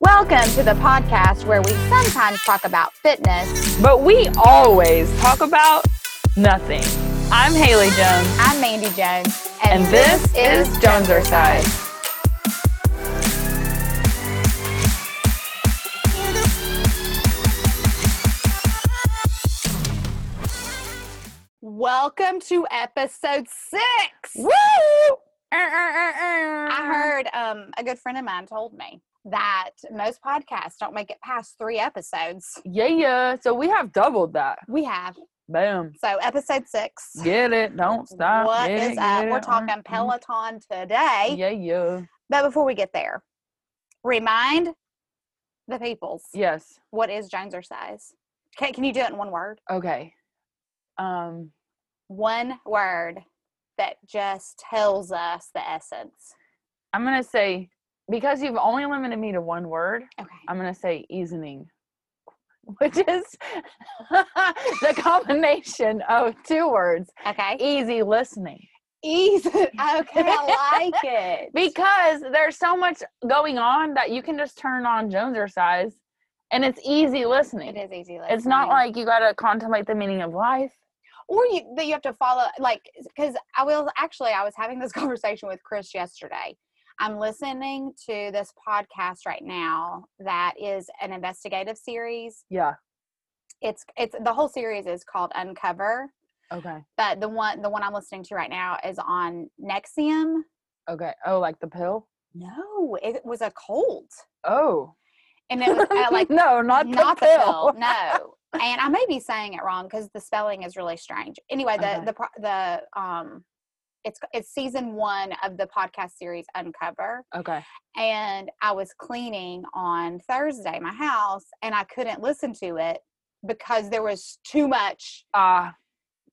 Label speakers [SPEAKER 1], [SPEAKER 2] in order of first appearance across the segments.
[SPEAKER 1] Welcome to the podcast where we sometimes talk about fitness.
[SPEAKER 2] But we always talk about nothing. I'm Haley Jones,
[SPEAKER 1] I'm Mandy Jones,
[SPEAKER 2] and this is Joneser Side.
[SPEAKER 1] Welcome to episode six.
[SPEAKER 2] Woo!
[SPEAKER 1] I
[SPEAKER 2] I
[SPEAKER 1] heard um, a good friend of mine told me that most podcasts don't make it past three episodes.
[SPEAKER 2] Yeah, yeah. So we have doubled that.
[SPEAKER 1] We have.
[SPEAKER 2] Boom.
[SPEAKER 1] So, episode six.
[SPEAKER 2] Get it. Don't stop.
[SPEAKER 1] What
[SPEAKER 2] Get
[SPEAKER 1] is
[SPEAKER 2] it,
[SPEAKER 1] up?
[SPEAKER 2] get
[SPEAKER 1] We're
[SPEAKER 2] it.
[SPEAKER 1] talking
[SPEAKER 2] Mm, mm.
[SPEAKER 1] Peloton today.
[SPEAKER 2] Yeah, yeah.
[SPEAKER 1] But before we get there, remind the peoples
[SPEAKER 2] Yes.
[SPEAKER 1] what is Joneser size? Can, can you do it in one word?
[SPEAKER 2] Okay. Um,
[SPEAKER 1] One word that just tells us the essence.
[SPEAKER 2] I'm gonna say because you've only limited me to one word,
[SPEAKER 1] Okay.
[SPEAKER 2] I'm gonna say easening, which is the combination of two words:
[SPEAKER 1] Okay.
[SPEAKER 2] easy listening.
[SPEAKER 1] Easy. Okay, I like it.
[SPEAKER 2] because there's so much going on that you can just turn on Jones or size and it's easy listening.
[SPEAKER 1] It is easy.
[SPEAKER 2] It's not
[SPEAKER 1] listening.
[SPEAKER 2] like you got to contemplate the meaning of life.
[SPEAKER 1] or you that you have to follow like because i will actually i was having this conversation with chris yesterday i'm listening to this podcast right now that is an investigative series
[SPEAKER 2] Yeah.
[SPEAKER 1] it's it's the whole series is called uncover
[SPEAKER 2] Okay.
[SPEAKER 1] but the one the one i'm listening to right now is on nexium
[SPEAKER 2] Okay. Oh, like the pill?
[SPEAKER 1] no it was a cold
[SPEAKER 2] Oh.
[SPEAKER 1] and it was uh, like
[SPEAKER 2] no, not the
[SPEAKER 1] not the
[SPEAKER 2] pill.
[SPEAKER 1] pill. No, and I may be saying it wrong because the spelling is really strange. Anyway, the
[SPEAKER 2] Okay.
[SPEAKER 1] the pro the um, it's it's season one of the podcast series Uncover,
[SPEAKER 2] Okay.
[SPEAKER 1] and I was cleaning on Thursday my house, and I couldn't listen to it because there was too much
[SPEAKER 2] Ah,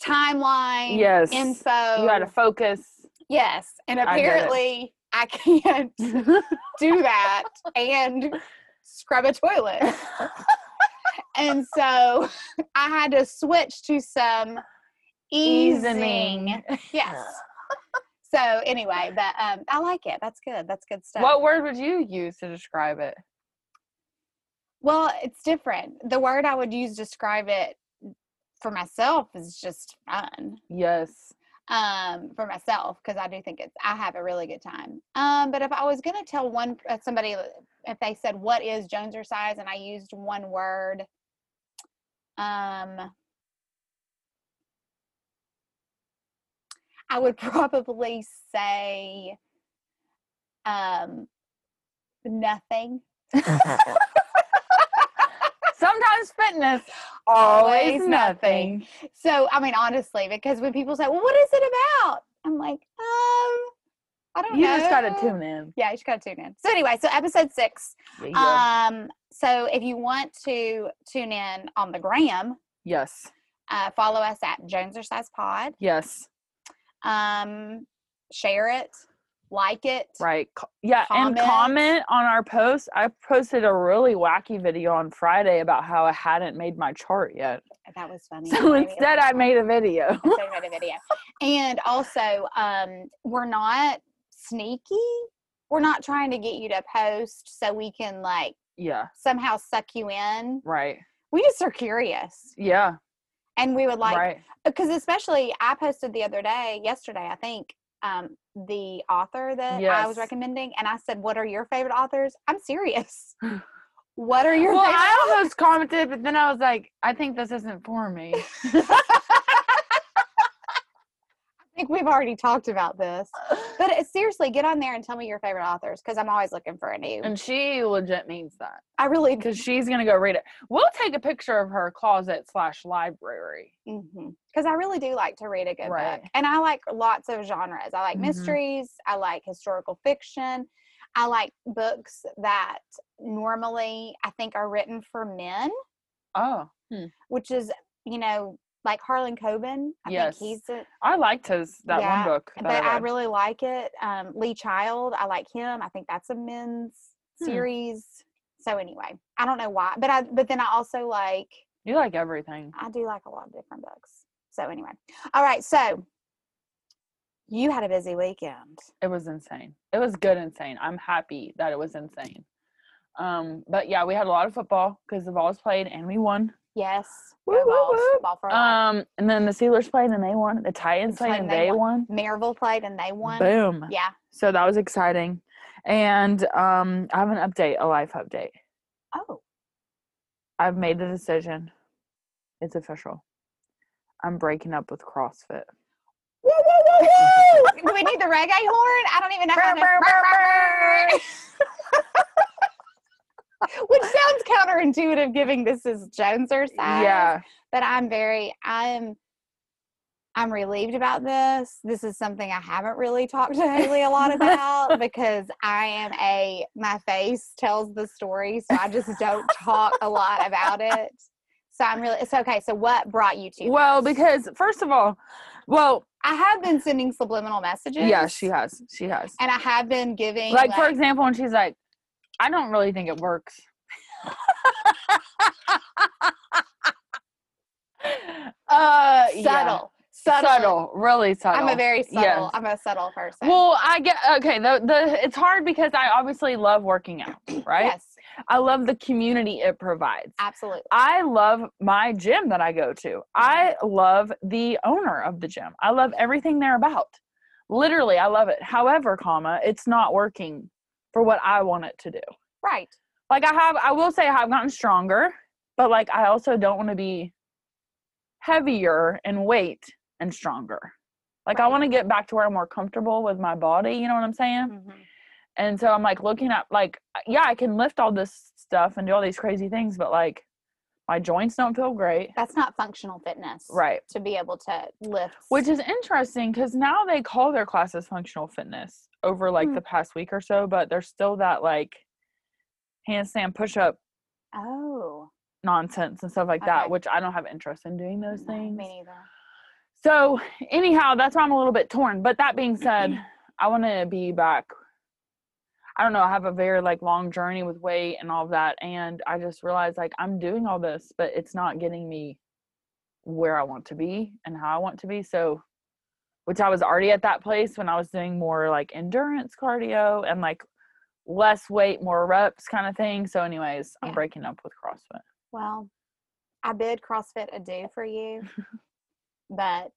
[SPEAKER 1] timeline,
[SPEAKER 2] Yes.
[SPEAKER 1] info.
[SPEAKER 2] you got to focus.
[SPEAKER 1] yes, and
[SPEAKER 2] I get it.
[SPEAKER 1] apparently I can't do that and scrub a toilet. and so I had to switch to some easing.
[SPEAKER 2] Easing.
[SPEAKER 1] Yes. So anyway, but um, I like it. That's good. That's good stuff.
[SPEAKER 2] What word would you use to describe it?
[SPEAKER 1] well, it's different. The word I would use to describe it for myself is just fun.
[SPEAKER 2] Yes.
[SPEAKER 1] Um, for myself, because I do think it's I have a really good time. Um, but if I was gonna tell one uh, somebody if they said what is Jones or size and I used one word, um, I would probably say um, nothing.
[SPEAKER 2] Sometimes fitness, always,
[SPEAKER 1] Always
[SPEAKER 2] nothing.
[SPEAKER 1] nothing. So I mean, honestly, because when people say, "Well, what is it about?" I'm like, um, I don't
[SPEAKER 2] You
[SPEAKER 1] know.
[SPEAKER 2] just got to tune in.
[SPEAKER 1] Yeah, you just gotta tune in. So anyway, so episode six.
[SPEAKER 2] Yeah, yeah.
[SPEAKER 1] Um, so if you want to tune in on the gram,
[SPEAKER 2] yes.
[SPEAKER 1] uh, follow us at Jones or Size Pod.
[SPEAKER 2] Yes.
[SPEAKER 1] Um, share it, like it.
[SPEAKER 2] Right. Co- Yeah.
[SPEAKER 1] Comment.
[SPEAKER 2] And comment on our post. I posted a really wacky video on Friday about how I hadn't made my chart yet.
[SPEAKER 1] That was funny.
[SPEAKER 2] So
[SPEAKER 1] Maybe
[SPEAKER 2] instead,
[SPEAKER 1] that's
[SPEAKER 2] I made a video.
[SPEAKER 1] why I made a video. And also, um, we're not sneaky. We're not trying to get you to post so we can like
[SPEAKER 2] yeah.
[SPEAKER 1] somehow suck you in.
[SPEAKER 2] Right.
[SPEAKER 1] We just are curious,
[SPEAKER 2] Yeah.
[SPEAKER 1] and we would like
[SPEAKER 2] right.
[SPEAKER 1] because Uh, especially I posted the other day, yesterday, I think, um, the author that I was
[SPEAKER 2] Yes.
[SPEAKER 1] recommending, and I said, "What are your favorite authors?" I'm serious. what are your
[SPEAKER 2] Well,
[SPEAKER 1] favorite?
[SPEAKER 2] I almost commented, but then I was like, I think this isn't for me.
[SPEAKER 1] I think we've already talked about this, but uh, seriously, get on there and tell me your favorite authors because I'm always looking for a new.
[SPEAKER 2] and she legit means that
[SPEAKER 1] I really.
[SPEAKER 2] because she's gonna go read it. We'll take a picture of her closet slash library.
[SPEAKER 1] Because mm-hmm, I really do like to read a good
[SPEAKER 2] Right.
[SPEAKER 1] book, and I like lots of genres. I like
[SPEAKER 2] Mhm.
[SPEAKER 1] mysteries. I like historical fiction. I like books that normally I think are written for men,
[SPEAKER 2] Oh, hmm.
[SPEAKER 1] which is you know like Harlan Coben. I
[SPEAKER 2] Yes.
[SPEAKER 1] think he's a,
[SPEAKER 2] I liked his that
[SPEAKER 1] Yeah,
[SPEAKER 2] one book. That
[SPEAKER 1] but I
[SPEAKER 2] read.
[SPEAKER 1] really like it. Um, Lee Child, I like him. I think that's a men's
[SPEAKER 2] Hmm.
[SPEAKER 1] series. So anyway, I don't know why, but I but then I also like
[SPEAKER 2] you like everything.
[SPEAKER 1] I do like a lot of different books. So anyway, all right. So you had a busy weekend.
[SPEAKER 2] It was insane. It was good insane. I'm happy that it was insane. Um, but yeah, we had a lot of football because the ball was played and we won.
[SPEAKER 1] Yes.
[SPEAKER 2] Woo,
[SPEAKER 1] Go
[SPEAKER 2] woo,
[SPEAKER 1] balls.
[SPEAKER 2] woo.
[SPEAKER 1] Ball for a life.
[SPEAKER 2] Um, and then the Steelers played and they won. The Titans played and they won.
[SPEAKER 1] Maryville played and they won.
[SPEAKER 2] Um, Boom.
[SPEAKER 1] Yeah.
[SPEAKER 2] So that was exciting. And um, I have an update, a life update.
[SPEAKER 1] Oh,
[SPEAKER 2] I've made the decision. It's official. I'm breaking up with CrossFit.
[SPEAKER 1] do we need the reggae horn? I don't even know. How
[SPEAKER 2] Brr, brr,
[SPEAKER 1] to... Which sounds counterintuitive, giving this is Joneser side.
[SPEAKER 2] Yeah.
[SPEAKER 1] But I'm very, I'm, I'm relieved about this. This is something I haven't really talked to Haley a lot about because I am a, my face tells the story, so I just don't talk a lot about it. So I'm really, it's okay. So what brought you to?
[SPEAKER 2] Well,
[SPEAKER 1] this?
[SPEAKER 2] because first of all, well,
[SPEAKER 1] I have been sending subliminal messages.
[SPEAKER 2] yeah, she has. She has.
[SPEAKER 1] and I have been giving
[SPEAKER 2] Like, for example, when she's like, I don't really think it works. uh
[SPEAKER 1] subtle,
[SPEAKER 2] yeah.
[SPEAKER 1] subtle,
[SPEAKER 2] subtle really subtle
[SPEAKER 1] I'm a very subtle.
[SPEAKER 2] Yes.
[SPEAKER 1] I'm a subtle person.
[SPEAKER 2] well i get okay the, the it's hard because i obviously love working out right
[SPEAKER 1] yes,
[SPEAKER 2] i love the community it provides
[SPEAKER 1] absolutely.
[SPEAKER 2] I love my gym that I go to. I love the owner of the gym. I love everything they're about. Literally, I love it. However, comma, it's not working for what I want it to do.
[SPEAKER 1] Right.
[SPEAKER 2] Like I have I will say I've gotten stronger, but like I also don't want to be heavier in weight and stronger. Like I
[SPEAKER 1] Right.
[SPEAKER 2] want to get back to where I'm more comfortable with my body, you know what I'm saying?
[SPEAKER 1] Mhm.
[SPEAKER 2] And so I'm like looking at like yeah, I can lift all this stuff and do all these crazy things, but like my joints don't feel great.
[SPEAKER 1] That's not functional fitness.
[SPEAKER 2] Right.
[SPEAKER 1] To be able to lift.
[SPEAKER 2] Which is interesting cuz now they call their classes functional fitness over like
[SPEAKER 1] Hmm.
[SPEAKER 2] the past week or so, but there's still that like handstand push-up
[SPEAKER 1] oh,
[SPEAKER 2] nonsense and stuff like that,
[SPEAKER 1] Okay.
[SPEAKER 2] which I don't have interest in doing those
[SPEAKER 1] no,
[SPEAKER 2] things.
[SPEAKER 1] Me neither.
[SPEAKER 2] So, anyhow, that's why I'm a little bit torn. But that being said, I want to be back. I don't know. I have a very like long journey with weight and all of that, and I just realized like I'm doing all this, but it's not getting me where I want to be and how I want to be. So, which I was already at that place when I was doing more like endurance cardio and like less weight, more reps kind of thing. So, anyways, I'm
[SPEAKER 1] Yeah.
[SPEAKER 2] breaking up with CrossFit.
[SPEAKER 1] Well, I bid CrossFit adieu for you, but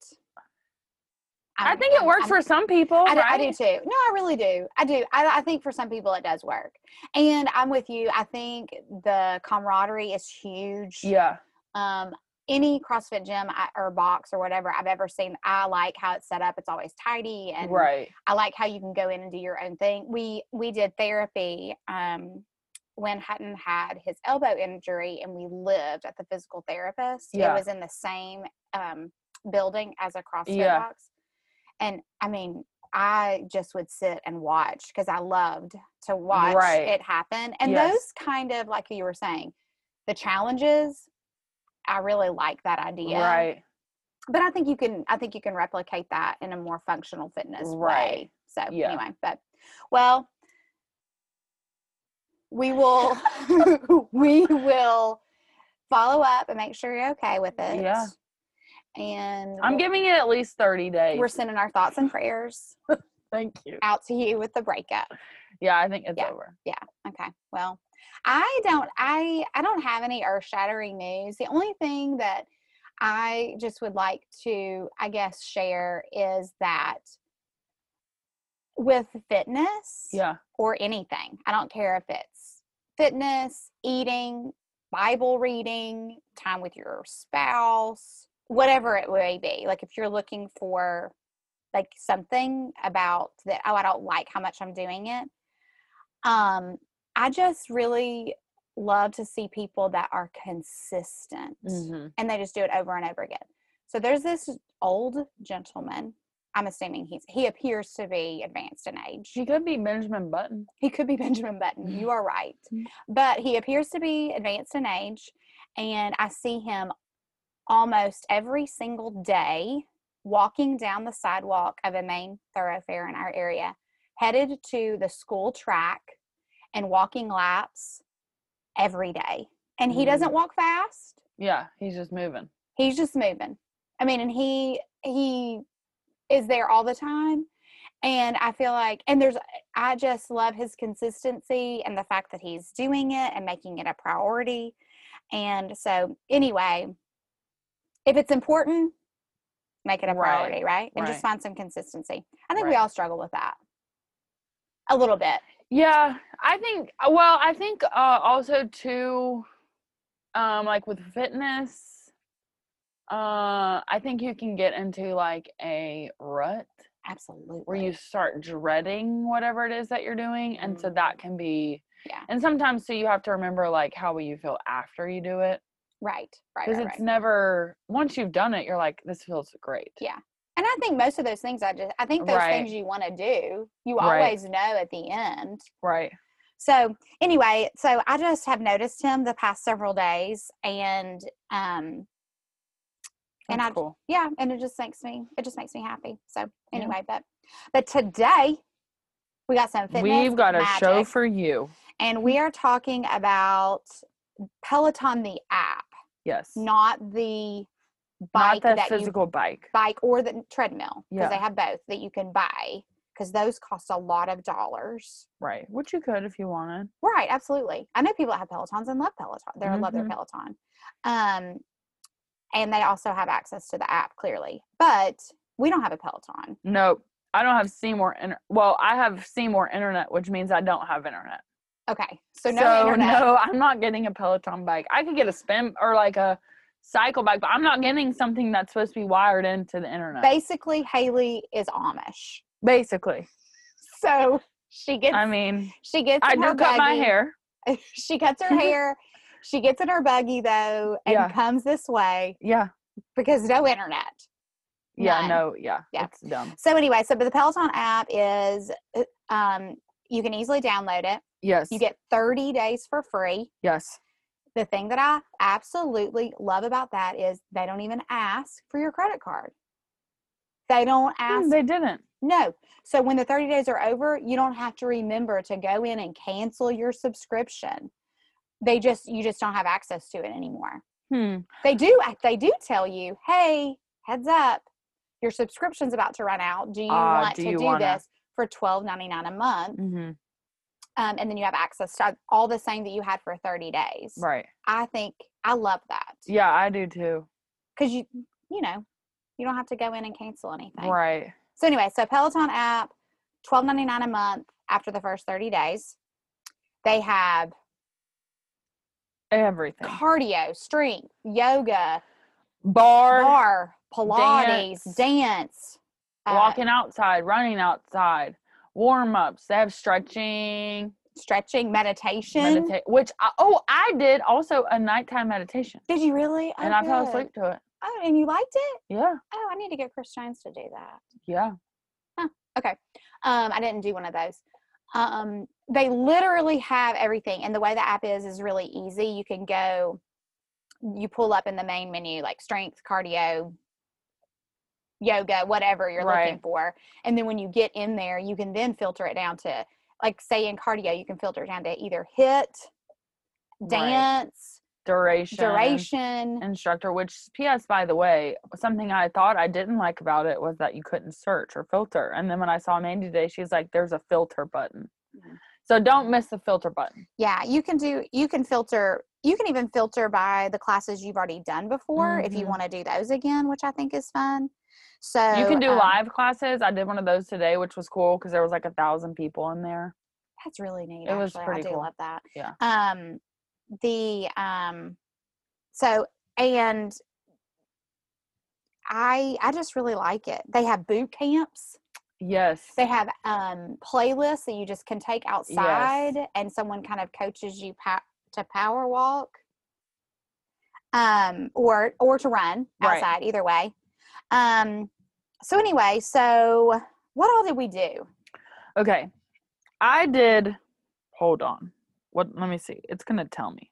[SPEAKER 2] I,
[SPEAKER 1] I'm-
[SPEAKER 2] think it
[SPEAKER 1] I'm-
[SPEAKER 2] works
[SPEAKER 1] I'm-
[SPEAKER 2] for some people.
[SPEAKER 1] I do, I do
[SPEAKER 2] right?
[SPEAKER 1] too. No, I really do. I do. I, I think for some people it does work, and I'm with you. I think the camaraderie is huge.
[SPEAKER 2] Yeah.
[SPEAKER 1] Um, any CrossFit gym I, or box or whatever I've ever seen, I like how it's set up. It's always tidy, and
[SPEAKER 2] right.
[SPEAKER 1] I like how you can go in and do your own thing. We we did therapy um, when Hutton had his elbow injury, and we lived at the physical therapist.
[SPEAKER 2] Yeah.
[SPEAKER 1] It was in the same um, building as a CrossFit
[SPEAKER 2] Yeah.
[SPEAKER 1] box, and I mean, I just would sit and watch because I loved to watch
[SPEAKER 2] Right.
[SPEAKER 1] it happen. And
[SPEAKER 2] Yes.
[SPEAKER 1] those kind of like you were saying, the challenges. I really like that idea
[SPEAKER 2] Right.
[SPEAKER 1] but I think you can I think you can replicate that in a more functional fitness way.
[SPEAKER 2] Right.
[SPEAKER 1] So
[SPEAKER 2] Yeah.
[SPEAKER 1] anyway, but well we will we will follow up and make sure you're okay with it.
[SPEAKER 2] Yeah.
[SPEAKER 1] And
[SPEAKER 2] I'm
[SPEAKER 1] we'll-
[SPEAKER 2] giving it at least 30 days.
[SPEAKER 1] we're sending our thoughts and prayers
[SPEAKER 2] Thank you.
[SPEAKER 1] out to you with the breakup.
[SPEAKER 2] Yeah, I think it's
[SPEAKER 1] Yeah.
[SPEAKER 2] over.
[SPEAKER 1] Okay. Well, I don't I I don't have any earth-shattering news. The only thing that I just would like to I guess share is that with fitness
[SPEAKER 2] Yeah.
[SPEAKER 1] or anything, I don't care if it's fitness, eating, Bible reading, time with your spouse, whatever it may be. Like if you're looking for like something about that oh I don't like how much I'm doing it. Um I just really love to see people that are consistent
[SPEAKER 2] Mhm.
[SPEAKER 1] and they just do it over and over again. So there's this old gentleman. I'm assuming he's he appears to be advanced in age.
[SPEAKER 2] She could be Benjamin Button.
[SPEAKER 1] He could be Benjamin Button. You are right.
[SPEAKER 2] Mm.
[SPEAKER 1] But he appears to be advanced in age, and I see him almost every single day walking down the sidewalk of a main thoroughfare in our area, headed to the school track and walking laps every day. And he
[SPEAKER 2] Mm.
[SPEAKER 1] doesn't walk fast,
[SPEAKER 2] Yeah, he's just moving.
[SPEAKER 1] he's just moving i mean and he he is there all the time and i feel like and there's I just love his consistency and the fact that he's doing it and making it a priority. And so, anyway, if it's important, make it a
[SPEAKER 2] Right,
[SPEAKER 1] priority, right? And just
[SPEAKER 2] right.
[SPEAKER 1] find some consistency. I think we
[SPEAKER 2] Right.
[SPEAKER 1] all struggle with that a little bit.
[SPEAKER 2] Yeah, I think. Well, I think uh, also too, um, like with fitness, uh, I think you can get into like a rut
[SPEAKER 1] Absolutely.
[SPEAKER 2] where you start dreading whatever it is that you're doing, and so
[SPEAKER 1] Mm.
[SPEAKER 2] that can be.
[SPEAKER 1] Yeah.
[SPEAKER 2] And sometimes too, you have to remember like how will you feel after you do it
[SPEAKER 1] right, right,
[SPEAKER 2] because
[SPEAKER 1] right,
[SPEAKER 2] it's
[SPEAKER 1] right.
[SPEAKER 2] never once you've done it, you're like this feels great.
[SPEAKER 1] Yeah. And I think most of those things, I just, I think those
[SPEAKER 2] Right.
[SPEAKER 1] things you want to do, you
[SPEAKER 2] Right.
[SPEAKER 1] always know at the end.
[SPEAKER 2] Right.
[SPEAKER 1] So anyway, so I just have noticed him the past several days, and um, And
[SPEAKER 2] That's
[SPEAKER 1] I-
[SPEAKER 2] cool.
[SPEAKER 1] yeah, and it just makes me, it just makes me happy. So
[SPEAKER 2] Yeah.
[SPEAKER 1] anyway, but but today we got some fitness.
[SPEAKER 2] We've got a show
[SPEAKER 1] magic,
[SPEAKER 2] for you.
[SPEAKER 1] and we are talking about Peloton the app,
[SPEAKER 2] Yes.
[SPEAKER 1] not the
[SPEAKER 2] Not
[SPEAKER 1] bike
[SPEAKER 2] the
[SPEAKER 1] that you
[SPEAKER 2] physical bike.
[SPEAKER 1] bike or the treadmill because
[SPEAKER 2] Yeah.
[SPEAKER 1] they have both that you can buy because those cost a lot of dollars.
[SPEAKER 2] Right. Which you could if you wanted.
[SPEAKER 1] Right, absolutely. I know people that have Pelotons and love Peloton. They love their
[SPEAKER 2] Mhm.
[SPEAKER 1] Peloton. Um, and they also have access to the app, clearly. But we don't have a Peloton.
[SPEAKER 2] Nope. I don't have Seymour. Inter- well, I have Seymour internet, which means I don't have internet.
[SPEAKER 1] Okay. So no
[SPEAKER 2] so
[SPEAKER 1] internet.
[SPEAKER 2] no, I'm not getting a Peloton bike. I could get a spin or like a cycle bike, but I'm not getting something that's supposed to be wired into the internet.
[SPEAKER 1] Basically, Haley is Amish.
[SPEAKER 2] Basically,
[SPEAKER 1] So she gets
[SPEAKER 2] I mean,
[SPEAKER 1] she gets
[SPEAKER 2] I
[SPEAKER 1] in her
[SPEAKER 2] do cut my
[SPEAKER 1] buggy-
[SPEAKER 2] hair.
[SPEAKER 1] she cuts her hair. She gets in her buggy though and
[SPEAKER 2] Yeah.
[SPEAKER 1] comes this way
[SPEAKER 2] Yeah,
[SPEAKER 1] because no internet.
[SPEAKER 2] yeah,
[SPEAKER 1] None.
[SPEAKER 2] no, yeah,
[SPEAKER 1] Yeah.
[SPEAKER 2] it's dumb.
[SPEAKER 1] So anyway, so but the Peloton app is uh, um you can easily download it.
[SPEAKER 2] Yes,
[SPEAKER 1] You get 30 days for free.
[SPEAKER 2] yes,
[SPEAKER 1] The thing that I absolutely love about that is they don't even ask for your credit card. They don't
[SPEAKER 2] Hmm,
[SPEAKER 1] ask
[SPEAKER 2] they didn't.
[SPEAKER 1] no. So when the 30 days are over, you don't have to remember to go in and cancel your subscription. They just you just don't have access to it anymore.
[SPEAKER 2] Hmm.
[SPEAKER 1] They do they do tell you, "Hey, heads up. Your subscription's about to run out. Do you
[SPEAKER 2] Ah,
[SPEAKER 1] want
[SPEAKER 2] do
[SPEAKER 1] to
[SPEAKER 2] you
[SPEAKER 1] do
[SPEAKER 2] wanna-
[SPEAKER 1] this for 12.99 a month?"
[SPEAKER 2] hmm
[SPEAKER 1] Um, and then you have access to all the same that you had for 30 days.
[SPEAKER 2] Right.
[SPEAKER 1] I think I love that
[SPEAKER 2] Yeah, I do too.
[SPEAKER 1] because you you know you don't have to go in and cancel anything.
[SPEAKER 2] Right.
[SPEAKER 1] So anyway, so Peloton app, twelve ninety nine a month after the first thirty days. They have
[SPEAKER 2] Everything.
[SPEAKER 1] cardio, strength, yoga,
[SPEAKER 2] Bar.
[SPEAKER 1] bar, Pilates, dance, uh,
[SPEAKER 2] walking outside, running outside, warm ups. They have stretching,
[SPEAKER 1] stretching, meditation.
[SPEAKER 2] meditate. Which I, oh, I did also a nighttime meditation,
[SPEAKER 1] Did you really? Oh,
[SPEAKER 2] and I fell
[SPEAKER 1] good.
[SPEAKER 2] asleep to it.
[SPEAKER 1] Oh, and you liked it?
[SPEAKER 2] Yeah,
[SPEAKER 1] Oh, I need to get Chris Jones to do that.
[SPEAKER 2] yeah.
[SPEAKER 1] Um, I didn't do one of those. Um, they literally have everything, and the way the app is is really easy. You can go, you pull up in the main menu like strength, cardio, yoga, whatever you're looking
[SPEAKER 2] Right.
[SPEAKER 1] for, and then when you get in there, you can then filter it down to, like, say in cardio, you can filter it down to either hit,
[SPEAKER 2] Right.
[SPEAKER 1] dance,
[SPEAKER 2] Duration.
[SPEAKER 1] duration.
[SPEAKER 2] Instructor. Which P.S. By the way, something I thought I didn't like about it was that you couldn't search or filter. And then when I saw Mandy today, she's like, "There's a filter button."
[SPEAKER 1] Mhm.
[SPEAKER 2] So don't miss the filter button.
[SPEAKER 1] Yeah, you can do you can filter you can even filter by the classes you've already done before if you
[SPEAKER 2] Mhm.
[SPEAKER 1] want to do those again, which I think is fun. So
[SPEAKER 2] You can do
[SPEAKER 1] um,
[SPEAKER 2] live classes. I did one of those today, which was cool because there was like a thousand people in there.
[SPEAKER 1] That's really neat.
[SPEAKER 2] It was
[SPEAKER 1] actually. I
[SPEAKER 2] pretty
[SPEAKER 1] do
[SPEAKER 2] cool.
[SPEAKER 1] love that.
[SPEAKER 2] Yeah.
[SPEAKER 1] Um the um so and I I just really like it. They have boot camps.
[SPEAKER 2] Yes.
[SPEAKER 1] They have um playlists that you just can take outside and someone kind of coaches you pa- to power walk um or or to run
[SPEAKER 2] Right.
[SPEAKER 1] outside either way. Um so anyway, so what all did we do?
[SPEAKER 2] Okay. I did hold on. What let me see. It's gonna tell me.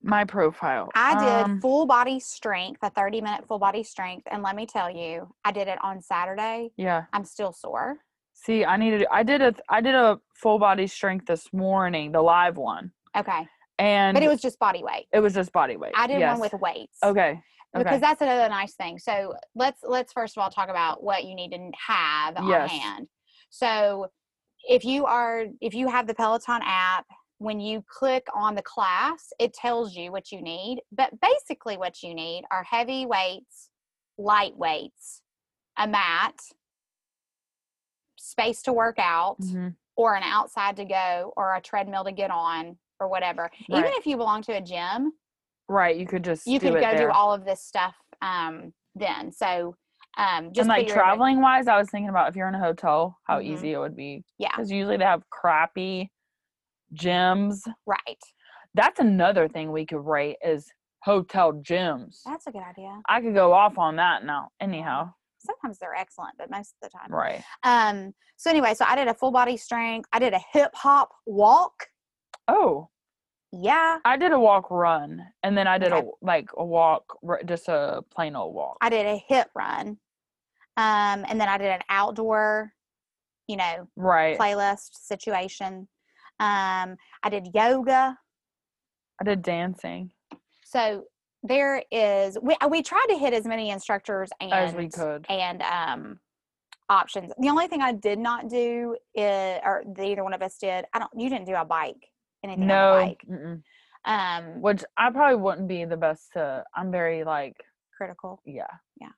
[SPEAKER 2] My profile.
[SPEAKER 1] I did
[SPEAKER 2] Um,
[SPEAKER 1] full body strength, a 30 minute full body strength. And let me tell you, I did it on Saturday.
[SPEAKER 2] yeah.
[SPEAKER 1] I'm still sore.
[SPEAKER 2] See, I needed I did a I did a full body strength this morning, the live one.
[SPEAKER 1] Okay.
[SPEAKER 2] And
[SPEAKER 1] But it was just body weight.
[SPEAKER 2] it was just body weight.
[SPEAKER 1] I did
[SPEAKER 2] yes.
[SPEAKER 1] one with weights.
[SPEAKER 2] Okay. Okay.
[SPEAKER 1] Because that's another nice thing. So let's let's first of all talk about what you need to n- have on
[SPEAKER 2] Yes.
[SPEAKER 1] hand. So if you are if you have the Peloton app, when you click on the class, it tells you what you need. But basically, what you need are heavy weights, light weights, a mat, space to work out,
[SPEAKER 2] Mhm.
[SPEAKER 1] or an outside to go, or a treadmill to get on, or whatever. Even
[SPEAKER 2] Right.
[SPEAKER 1] if you belong to a gym,
[SPEAKER 2] Right. You could just
[SPEAKER 1] you
[SPEAKER 2] do
[SPEAKER 1] could
[SPEAKER 2] it
[SPEAKER 1] go
[SPEAKER 2] there.
[SPEAKER 1] do all of this stuff um, then. So um, just
[SPEAKER 2] and like
[SPEAKER 1] figure it out.
[SPEAKER 2] traveling wise, I was thinking about if you're in a hotel, how
[SPEAKER 1] Mhm.
[SPEAKER 2] easy it would be.
[SPEAKER 1] Yeah.
[SPEAKER 2] Because usually they have crappy gyms.
[SPEAKER 1] Right.
[SPEAKER 2] That's another thing we could rate is hotel gyms.
[SPEAKER 1] That's a good idea.
[SPEAKER 2] I could go off on that now. Anyhow.
[SPEAKER 1] Sometimes they're excellent, but most of the time.
[SPEAKER 2] Right.
[SPEAKER 1] Um, so anyway, so I did a full body strength. I did a hip hop walk.
[SPEAKER 2] Oh,
[SPEAKER 1] Yeah.
[SPEAKER 2] I did a walk run, and then I did
[SPEAKER 1] Okay.
[SPEAKER 2] a like a walk, r- just a plain old walk.
[SPEAKER 1] I did a hip run. Um, and then I did an outdoor, you know,
[SPEAKER 2] right.
[SPEAKER 1] playlist situation. Um, I did yoga.
[SPEAKER 2] I did dancing
[SPEAKER 1] So there is we we tried to hit as many instructors and
[SPEAKER 2] as we could.
[SPEAKER 1] and um options. The only thing I did not do is or the- either one of us did, I don't you didn't do a bike, anything on a
[SPEAKER 2] No,
[SPEAKER 1] bike.
[SPEAKER 2] mm-mm.
[SPEAKER 1] Um
[SPEAKER 2] which I probably wouldn't be the best to. I'm very like,
[SPEAKER 1] critical.
[SPEAKER 2] yeah,
[SPEAKER 1] Yeah.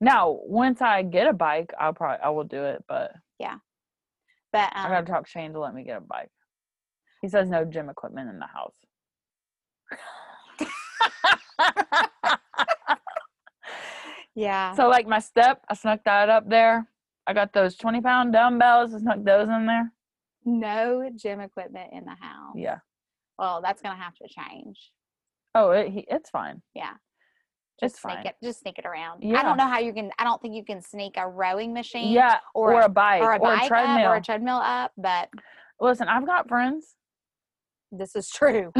[SPEAKER 2] Now, once I get a bike, I'll probably I will do it, but
[SPEAKER 1] But
[SPEAKER 2] I
[SPEAKER 1] um
[SPEAKER 2] gotta talk Shane to let me get a bike. He says no gym equipment in the house.
[SPEAKER 1] yeah.
[SPEAKER 2] so like my step, I snuck that up there. I got those twenty pound dumbbells. I snuck those in there.
[SPEAKER 1] no gym equipment in the house.
[SPEAKER 2] Yeah.
[SPEAKER 1] Well, that's gonna have to change.
[SPEAKER 2] Oh, it, he, it's fine.
[SPEAKER 1] Yeah.
[SPEAKER 2] It's
[SPEAKER 1] sneak
[SPEAKER 2] fine.
[SPEAKER 1] it just sneak it around. I
[SPEAKER 2] Yeah.
[SPEAKER 1] don't know how you can I don't think you can sneak a rowing machine
[SPEAKER 2] Yeah, or,
[SPEAKER 1] or,
[SPEAKER 2] a bike or a,
[SPEAKER 1] bike
[SPEAKER 2] treadmill.
[SPEAKER 1] up or a treadmill up, but
[SPEAKER 2] Listen, I've got friends.
[SPEAKER 1] this is true.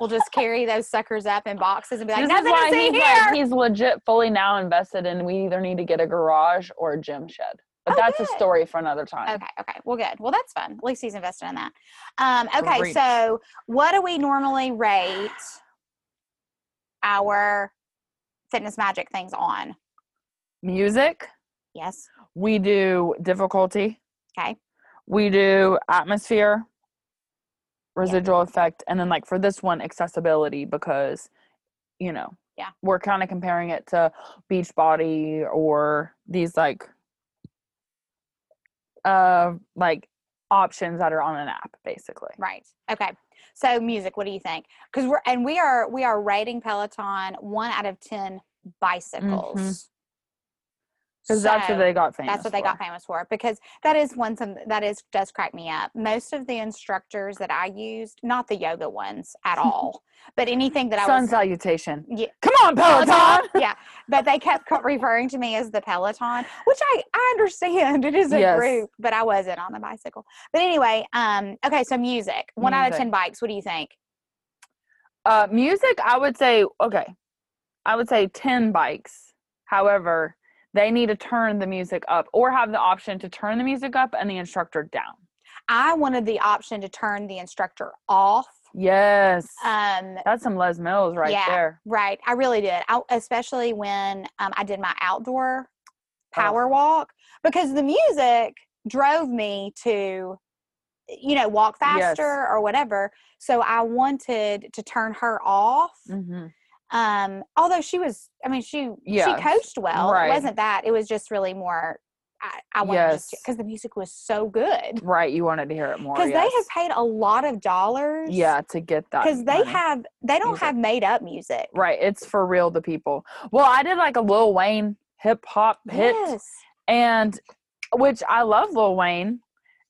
[SPEAKER 1] we'll just carry those suckers up in boxes and be like,
[SPEAKER 2] this
[SPEAKER 1] nothing
[SPEAKER 2] is
[SPEAKER 1] to
[SPEAKER 2] why
[SPEAKER 1] see
[SPEAKER 2] he's
[SPEAKER 1] here.
[SPEAKER 2] like he's legit fully now invested in. We either need to get a garage or a gym shed, but
[SPEAKER 1] Oh,
[SPEAKER 2] that's
[SPEAKER 1] good.
[SPEAKER 2] a story for another time.
[SPEAKER 1] Okay, okay. Well, good. Well, that's fun. At least he's invested in that. Um, okay,
[SPEAKER 2] Great.
[SPEAKER 1] so what do we normally rate our fitness magic things on?
[SPEAKER 2] Music.
[SPEAKER 1] Yes.
[SPEAKER 2] We do difficulty.
[SPEAKER 1] Okay.
[SPEAKER 2] We do atmosphere, residual effect, and then like for this one, accessibility because, you know,
[SPEAKER 1] Yeah.
[SPEAKER 2] we're kind of comparing it to Beachbody or these like, uh, like options that are on an app basically.
[SPEAKER 1] Right. Okay. So music, what do you think? Because we're and we are we are rating Peloton one out of ten bicycles.
[SPEAKER 2] Because Mm-hmm. that's what
[SPEAKER 1] So-
[SPEAKER 2] they got famous.
[SPEAKER 1] That's what they
[SPEAKER 2] for.
[SPEAKER 1] got famous for because that is one some that is does crack me up. Most of the instructors that I used, not the yoga ones at all, but anything that I
[SPEAKER 2] Sun
[SPEAKER 1] was
[SPEAKER 2] salutation.
[SPEAKER 1] Yeah.
[SPEAKER 2] Come on, Peloton.
[SPEAKER 1] yeah, but they kept co- referring to me as the Peloton, which I I understand it is a
[SPEAKER 2] Yes.
[SPEAKER 1] group, but I wasn't on the bicycle. But anyway, um, okay, so music, one out of
[SPEAKER 2] Music.
[SPEAKER 1] ten bikes. What do you think?
[SPEAKER 2] Uh, music, I would say, okay, I would say 10 bikes. However, they need to turn the music up or have the option to turn the music up and the instructor down.
[SPEAKER 1] I wanted the option to turn the instructor off.
[SPEAKER 2] Yes.
[SPEAKER 1] Um,
[SPEAKER 2] That's some Les Mills right
[SPEAKER 1] yeah.
[SPEAKER 2] there.
[SPEAKER 1] Right. I really did. I, especially when um, I did my outdoor
[SPEAKER 2] Oh.
[SPEAKER 1] power walk because the music drove me to, you know, walk faster
[SPEAKER 2] Yes.
[SPEAKER 1] or whatever. So I wanted to turn her off.
[SPEAKER 2] hmm
[SPEAKER 1] Um, although she was, I mean, she
[SPEAKER 2] Yes.
[SPEAKER 1] she coached well.
[SPEAKER 2] Right.
[SPEAKER 1] It wasn't that. It was just really more. I, I wanted
[SPEAKER 2] Yes.
[SPEAKER 1] because the music was so good
[SPEAKER 2] Right. You wanted to hear it more.
[SPEAKER 1] because
[SPEAKER 2] yes.
[SPEAKER 1] they have paid a lot of dollars.
[SPEAKER 2] Yeah, to get that.
[SPEAKER 1] Because they
[SPEAKER 2] money.
[SPEAKER 1] have, they don't
[SPEAKER 2] Music.
[SPEAKER 1] have made up music.
[SPEAKER 2] Right. It's for real, the people. Well, I did like a Lil Wayne hip hop hit.
[SPEAKER 1] Yes.
[SPEAKER 2] and which I love Lil Wayne.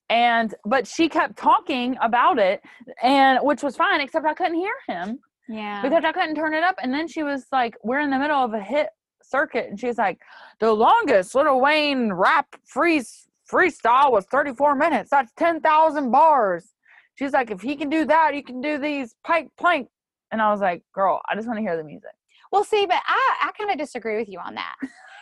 [SPEAKER 2] And but she kept talking about it, and which was fine, except I couldn't hear him
[SPEAKER 1] Yeah.
[SPEAKER 2] because I couldn't turn it up. And then she was like, "We're in the middle of a hit circuit," and she was like, "The longest Lil Wayne rap freeze freestyle was 34 minutes. That's 10,000 bars." She's like, "If he can do that, you can do these pike plank." And I was like, "Girl, I just want to hear the music."
[SPEAKER 1] Well, see, but I, I kind of disagree with you on that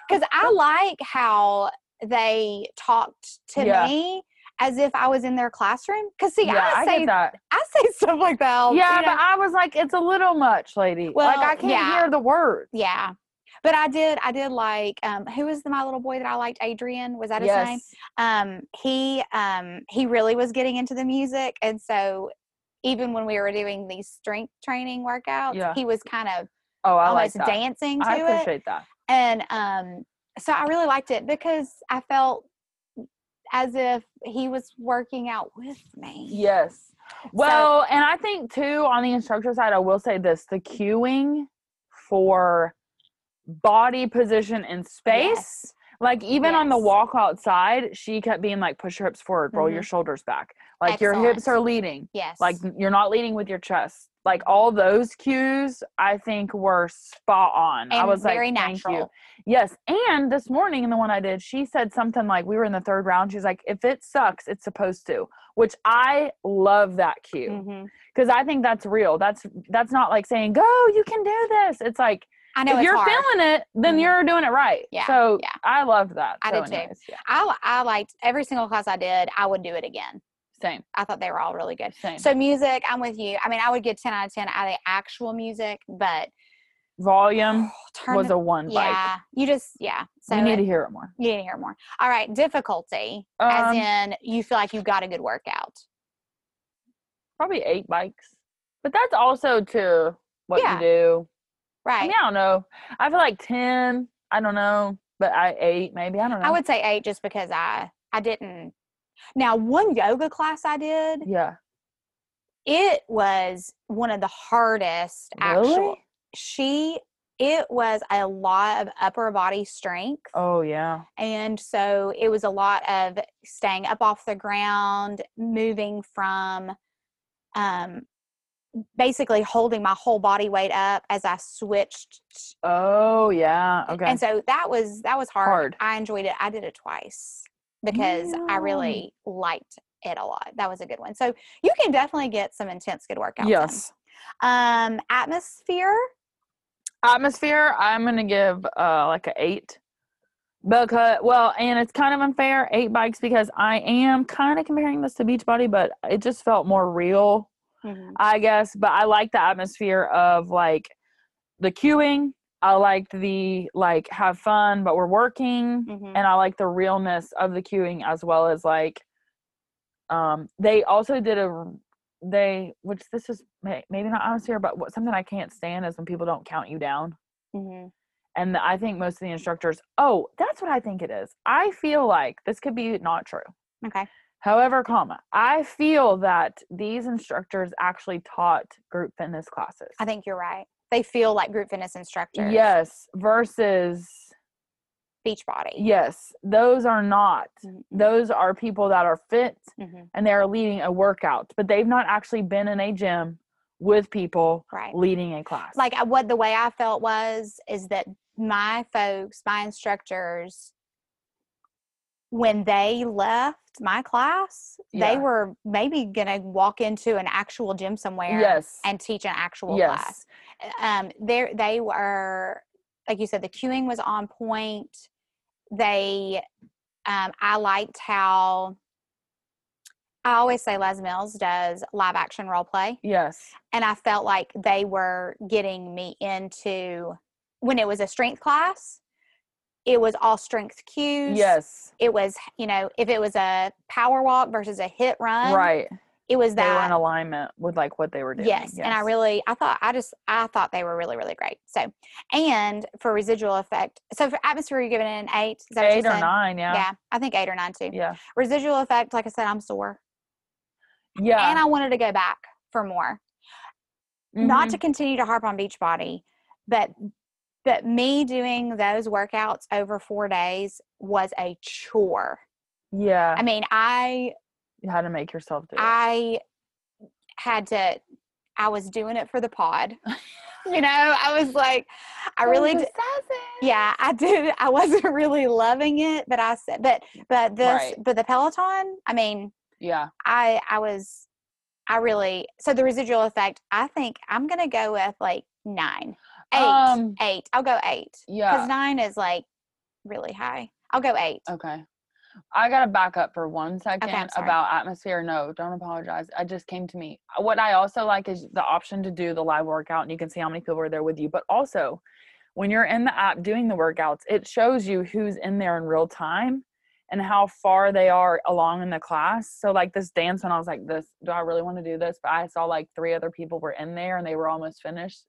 [SPEAKER 1] because I like how they talked to
[SPEAKER 2] Yeah.
[SPEAKER 1] me as if I was in their classroom. Because see,
[SPEAKER 2] yeah,
[SPEAKER 1] I
[SPEAKER 2] I
[SPEAKER 1] say
[SPEAKER 2] get that.
[SPEAKER 1] I say stuff like that. all-
[SPEAKER 2] yeah,
[SPEAKER 1] you know?
[SPEAKER 2] but I was like, it's a little much, lady. like
[SPEAKER 1] Oh, Well,
[SPEAKER 2] I can't
[SPEAKER 1] yeah.
[SPEAKER 2] hear the words.
[SPEAKER 1] yeah. But I did, I did like um who was the my little boy that I liked? Adrian. Was that his name?
[SPEAKER 2] yes.
[SPEAKER 1] Um he um he really was getting into the music and so even when we were doing these strength training workouts,
[SPEAKER 2] Yeah.
[SPEAKER 1] he was kind of
[SPEAKER 2] Oh, I like
[SPEAKER 1] almost
[SPEAKER 2] that.
[SPEAKER 1] dancing to
[SPEAKER 2] I
[SPEAKER 1] it
[SPEAKER 2] appreciate that.
[SPEAKER 1] and um so i really liked it because i felt as if he was working out with me
[SPEAKER 2] Yes. Well, and I think too on the instructor side, I will say this: the cueing for body position and space.
[SPEAKER 1] Yes.
[SPEAKER 2] Like even on the
[SPEAKER 1] Yes.
[SPEAKER 2] walk outside, she kept being like, "Push your hips forward, roll your shoulders back. Like your hips
[SPEAKER 1] Mm-hmm. Excellent.
[SPEAKER 2] are leading.
[SPEAKER 1] yes
[SPEAKER 2] Like you're not leading with your chest." Like all those cues, I think were spot on. I
[SPEAKER 1] And
[SPEAKER 2] was like,
[SPEAKER 1] very
[SPEAKER 2] "Thank you."
[SPEAKER 1] natural.
[SPEAKER 2] Yes. And this morning in the one I did, she said something like, we were in the third round. She's like, if it sucks, it's supposed to, which I love that cue
[SPEAKER 1] Mhm.
[SPEAKER 2] because I think that's real. That's, that's not like saying, go, you can do this. It's like,
[SPEAKER 1] i know
[SPEAKER 2] if
[SPEAKER 1] it's
[SPEAKER 2] you're
[SPEAKER 1] hard
[SPEAKER 2] feeling it, then
[SPEAKER 1] Mhm.
[SPEAKER 2] you're doing it right.
[SPEAKER 1] Yeah,
[SPEAKER 2] So
[SPEAKER 1] yeah.
[SPEAKER 2] I love that.
[SPEAKER 1] I
[SPEAKER 2] so
[SPEAKER 1] did too.
[SPEAKER 2] anyways, yeah.
[SPEAKER 1] I, li- I liked every single class i did i would do it again
[SPEAKER 2] Same,
[SPEAKER 1] i thought they were all really good
[SPEAKER 2] same.
[SPEAKER 1] so music i'm with you i mean i would get 10 out of 10 out of actual music but
[SPEAKER 2] Volume
[SPEAKER 1] turn
[SPEAKER 2] was
[SPEAKER 1] the-
[SPEAKER 2] a one bike.
[SPEAKER 1] yeah you just yeah so
[SPEAKER 2] we need
[SPEAKER 1] it-
[SPEAKER 2] to hear it more.
[SPEAKER 1] you need to hear more all right difficulty
[SPEAKER 2] Um,
[SPEAKER 1] as in you feel like you got a good workout
[SPEAKER 2] Probably eight bikes, but that's also to what
[SPEAKER 1] Yeah.
[SPEAKER 2] you do.
[SPEAKER 1] right
[SPEAKER 2] I mean, I don't know. I feel like ten. I don't know, but I eight maybe. I don't know.
[SPEAKER 1] I would say eight just because I I didn't. Now one yoga class I did,
[SPEAKER 2] Yeah.
[SPEAKER 1] it was one of the hardest actual
[SPEAKER 2] Really?
[SPEAKER 1] she it was a lot of upper body strength
[SPEAKER 2] Oh yeah.
[SPEAKER 1] and so it was a lot of staying up off the ground, moving from um basically holding my whole body weight up as I switched
[SPEAKER 2] Oh yeah. Okay.
[SPEAKER 1] and so that was that was hard.
[SPEAKER 2] Hard.
[SPEAKER 1] I enjoyed it. I did it twice because I
[SPEAKER 2] Yeah.
[SPEAKER 1] really liked it a lot. That was a good one. So you can definitely get some intense good workouts. in.
[SPEAKER 2] yes.
[SPEAKER 1] Um, atmosphere.
[SPEAKER 2] Atmosphere. I'm gonna give uh like a eight. Because well, and it's kind of unfair eight bikes because I am kind of comparing this to Beachbody, but it just felt more real, I guess. But I like the atmosphere of like the queuing. I liked the like have fun, but we're working.
[SPEAKER 1] Mhm.
[SPEAKER 2] and I like the realness of the queuing as well as like um they also did a r- they which this is may- maybe not atmosphere but what something I can't stand is when people don't count you down
[SPEAKER 1] Mhm.
[SPEAKER 2] and I think most of the instructors oh that's what I think it is I feel like this could be not true
[SPEAKER 1] Okay.
[SPEAKER 2] however comma I feel that these instructors actually taught group fitness classes
[SPEAKER 1] I think you're right. They feel like group fitness instructors.
[SPEAKER 2] yes versus
[SPEAKER 1] Beach body.
[SPEAKER 2] yes those are not
[SPEAKER 1] Mhm.
[SPEAKER 2] those are people that are fit
[SPEAKER 1] Mhm.
[SPEAKER 2] and they're leading a workout, but they've not actually been in a gym with people
[SPEAKER 1] Right.
[SPEAKER 2] leading a class.
[SPEAKER 1] Like I- what the way I felt was is that my folks, my instructors, when they left my class, they
[SPEAKER 2] Yeah.
[SPEAKER 1] were maybe gonna walk into an actual gym somewhere
[SPEAKER 2] yes,
[SPEAKER 1] and teach an actual
[SPEAKER 2] yes,
[SPEAKER 1] class. Um, there they were, like you said, the queuing was on point. They, um, I liked how. I always say Les Mills does live action role play,
[SPEAKER 2] yes,
[SPEAKER 1] and I felt like they were getting me into when it was a strength class. It was all strength cues.
[SPEAKER 2] yes,
[SPEAKER 1] It was, you know, if it was a power walk versus a hit run,
[SPEAKER 2] right.
[SPEAKER 1] It was
[SPEAKER 2] They were
[SPEAKER 1] that
[SPEAKER 2] in alignment with like what they were doing.
[SPEAKER 1] Yes, and I really, I thought, I just, I thought they were really, really great. So, and for residual effect, so for atmosphere, you're giving it an eight. Is that what you
[SPEAKER 2] eight or
[SPEAKER 1] said?
[SPEAKER 2] nine. Yeah,
[SPEAKER 1] Yeah, I think eight or nine too.
[SPEAKER 2] yeah,
[SPEAKER 1] Residual effect, like I said, I'm sore,
[SPEAKER 2] yeah.
[SPEAKER 1] and I wanted to go back for more. Not
[SPEAKER 2] mhm,
[SPEAKER 1] to continue to harp on Beachbody, but but me doing those workouts over four days was a chore.
[SPEAKER 2] mm-hmm, Yeah,
[SPEAKER 1] I mean, I
[SPEAKER 2] you had to make yourself do it.
[SPEAKER 1] I had to. I was doing it for the pod. you know, I was like, I really did. yeah i did i wasn't really loving it but i said but but this
[SPEAKER 2] Right.
[SPEAKER 1] but the peloton i mean
[SPEAKER 2] Yeah,
[SPEAKER 1] i i was i really so the residual effect i think i'm gonna go with like nine eight
[SPEAKER 2] Um,
[SPEAKER 1] eight i'll go eight because
[SPEAKER 2] yeah. Oh.
[SPEAKER 1] nine is like really high i'll go eight
[SPEAKER 2] Okay. I gotta back up for one second
[SPEAKER 1] I'm sorry.
[SPEAKER 2] about atmosphere. No, don't apologize. I just came to me. Uh, What I also like is the option to do the live workout, and you can see how many people are there with you. But also, when you're in the app doing the workouts, it shows you who's in there in real time and how far they are along in the class. So like this dance one, I was like, this do I really want to do this? But I saw like three other people were in there and they were almost finished.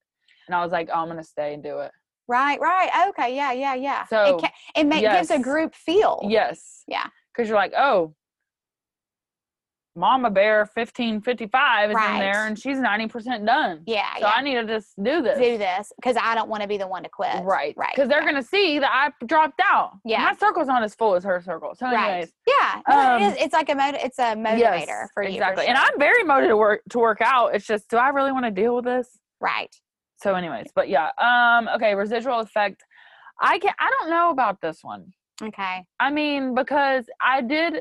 [SPEAKER 2] And I was like, oh, I'm gonna stay and do it.
[SPEAKER 1] Right, right. Okay, yeah, yeah, yeah.
[SPEAKER 2] So,
[SPEAKER 1] it, ca- it ma- gives a
[SPEAKER 2] yes.
[SPEAKER 1] group feel.
[SPEAKER 2] Yes.
[SPEAKER 1] Yeah.
[SPEAKER 2] Because you're like, oh, Mama Bear 1555 is in
[SPEAKER 1] Right.
[SPEAKER 2] there and she's 90% done.
[SPEAKER 1] yeah,
[SPEAKER 2] so
[SPEAKER 1] yeah.
[SPEAKER 2] I need to just do this.
[SPEAKER 1] do this because I don't want to be the one to quit.
[SPEAKER 2] Right.
[SPEAKER 1] right.
[SPEAKER 2] Because they're
[SPEAKER 1] right.
[SPEAKER 2] going to see that I dropped out.
[SPEAKER 1] Yeah.
[SPEAKER 2] My circle's not as full as her circle. So, anyways.
[SPEAKER 1] Right. Yeah. No, it
[SPEAKER 2] um,
[SPEAKER 1] is. It's like a motiv- It's a motivator
[SPEAKER 2] yes,
[SPEAKER 1] for you. for
[SPEAKER 2] Exactly. And
[SPEAKER 1] sure.
[SPEAKER 2] I'm very motivated to work, to work out. It's just, do I really want to deal with this?
[SPEAKER 1] right.
[SPEAKER 2] So, anyways, but yeah. Um. Okay. Residual effect. I can. I don't know about this one.
[SPEAKER 1] Okay.
[SPEAKER 2] I mean, because I did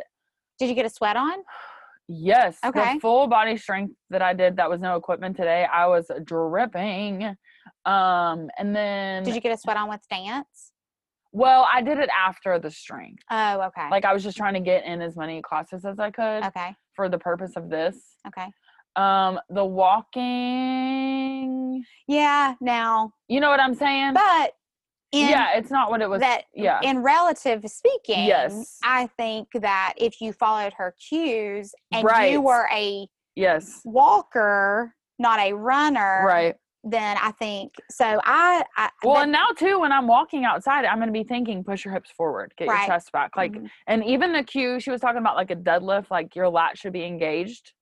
[SPEAKER 1] Did you get a sweat on?
[SPEAKER 2] Yes.
[SPEAKER 1] Okay.
[SPEAKER 2] The full body strength that I did that was no equipment today. I was dripping. Um and then
[SPEAKER 1] Did you get a sweat on with dance?
[SPEAKER 2] well, I did it after the strength.
[SPEAKER 1] Oh, okay.
[SPEAKER 2] Like I was just trying to get in as many classes as I could
[SPEAKER 1] okay.
[SPEAKER 2] for the purpose of this.
[SPEAKER 1] Okay.
[SPEAKER 2] Um the walking
[SPEAKER 1] Yeah. Now,
[SPEAKER 2] you know what I'm saying?
[SPEAKER 1] but in
[SPEAKER 2] yeah, it's not what it was.
[SPEAKER 1] that,
[SPEAKER 2] yeah.
[SPEAKER 1] in relative speaking,
[SPEAKER 2] Yes.
[SPEAKER 1] I think that if you followed her cues and
[SPEAKER 2] Right.
[SPEAKER 1] you were a
[SPEAKER 2] yes.
[SPEAKER 1] walker, not a runner,
[SPEAKER 2] Right.
[SPEAKER 1] Then I think so. I, I
[SPEAKER 2] Well,
[SPEAKER 1] but-
[SPEAKER 2] and now too, when I'm walking outside, I'm going to be thinking, push your hips forward, get
[SPEAKER 1] Right.
[SPEAKER 2] your chest back. Like,
[SPEAKER 1] Mhm.
[SPEAKER 2] and even the cue she was talking about, like a deadlift, like your lat should be engaged.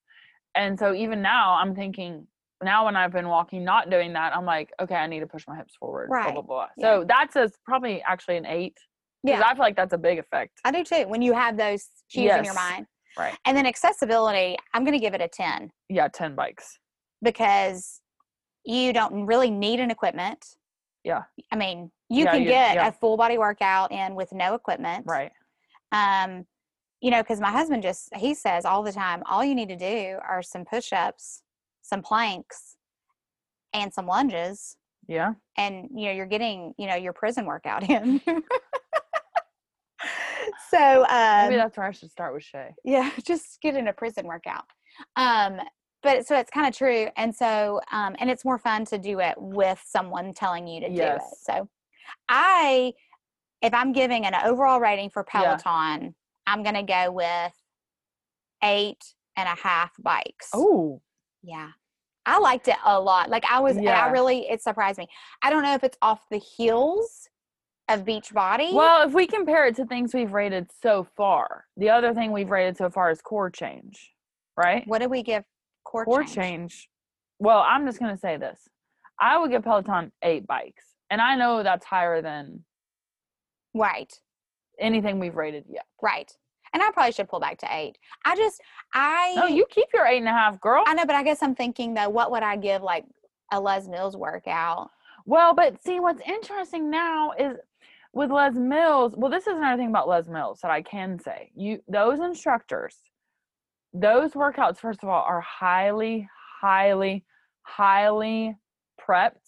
[SPEAKER 2] And so even now, I'm thinking, now when I've been walking, not doing that, I'm like, okay, I need to push my hips forward.
[SPEAKER 1] Right.
[SPEAKER 2] Blah blah blah.
[SPEAKER 1] Yeah.
[SPEAKER 2] So that's a, probably actually an eight because
[SPEAKER 1] yeah,
[SPEAKER 2] I feel like that's a big effect.
[SPEAKER 1] I do too. When you have those cues in your
[SPEAKER 2] Yes.
[SPEAKER 1] mind,
[SPEAKER 2] Right.
[SPEAKER 1] And then accessibility, I'm going to give it a ten
[SPEAKER 2] Yeah, ten bikes.
[SPEAKER 1] because you don't really need an equipment.
[SPEAKER 2] Yeah.
[SPEAKER 1] I mean, you
[SPEAKER 2] Yeah,
[SPEAKER 1] can
[SPEAKER 2] you-
[SPEAKER 1] get
[SPEAKER 2] yeah.
[SPEAKER 1] a full body workout in with no equipment.
[SPEAKER 2] Right.
[SPEAKER 1] Um, you know, because my husband just he says all the time, all you need to do are some push ups, some planks, and some lunges.
[SPEAKER 2] Yeah.
[SPEAKER 1] And you know, you're getting, you know, your prison workout in. so um,
[SPEAKER 2] Maybe that's where I should start with Shay.
[SPEAKER 1] yeah just get in a prison workout um but so it's kind of true and so um and it's more fun to do it with someone telling you to do it
[SPEAKER 2] Yes.
[SPEAKER 1] so i if i'm giving an overall rating for
[SPEAKER 2] Yeah.
[SPEAKER 1] peloton i'm gonna go with eight and a half bikes
[SPEAKER 2] Oh.
[SPEAKER 1] yeah i liked it a lot like i was and i
[SPEAKER 2] Yeah.
[SPEAKER 1] really it surprised me i don't know if it's off the heels of beach body
[SPEAKER 2] Well, if we compare it to things we've rated so far, the other thing we've rated so far is core change, right?
[SPEAKER 1] what did we give core,
[SPEAKER 2] Core
[SPEAKER 1] change?
[SPEAKER 2] change. Well, I'm just gonna say this. I would give Peloton eight bikes, and I know that's higher than
[SPEAKER 1] right
[SPEAKER 2] anything we've rated yet.
[SPEAKER 1] Right. And I probably should pull back to eight. I just, I,
[SPEAKER 2] No, you keep your eight and a half, girl.
[SPEAKER 1] I know, but I guess I'm thinking though, what would I give like a Les Mills workout?
[SPEAKER 2] Well, but see, what's interesting now is with Les Mills. Well, this is another thing about Les Mills that I can say. You those instructors, those workouts, first of all, are highly, highly, highly prepped.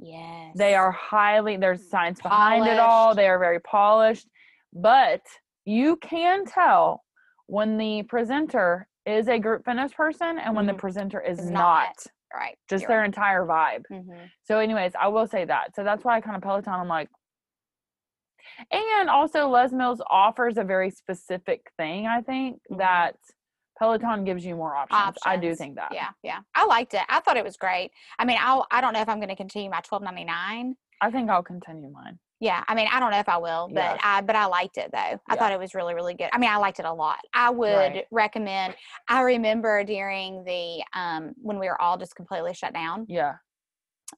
[SPEAKER 1] Yes.
[SPEAKER 2] They are highly, there's science behind it all.
[SPEAKER 1] Polished.
[SPEAKER 2] They are very polished. But you can tell when the presenter is a group fitness person and when the
[SPEAKER 1] Mhm.
[SPEAKER 2] presenter is
[SPEAKER 1] Is
[SPEAKER 2] not,
[SPEAKER 1] not. right.
[SPEAKER 2] just
[SPEAKER 1] you're
[SPEAKER 2] their
[SPEAKER 1] right.
[SPEAKER 2] entire vibe.
[SPEAKER 1] Mhm.
[SPEAKER 2] So, anyways, I will say that. So that's why I kind of Peloton, I'm like, and also Les Mills offers a very specific thing, I think,
[SPEAKER 1] Mhm.
[SPEAKER 2] that Peloton gives you more options. I do
[SPEAKER 1] Options.
[SPEAKER 2] think that.
[SPEAKER 1] Yeah. Yeah. I liked it. I thought it was great. I mean, I'll, I don't know if I'm going to continue my 1299.
[SPEAKER 2] I think I'll continue mine.
[SPEAKER 1] Yeah. I mean, I don't know if I will, but
[SPEAKER 2] Yeah.
[SPEAKER 1] I, but I liked it though. I
[SPEAKER 2] Yeah.
[SPEAKER 1] thought it was really, really good. I mean, I liked it a lot. I would
[SPEAKER 2] Right.
[SPEAKER 1] recommend, I remember during the, um, when we were all just completely shut down,
[SPEAKER 2] Yeah.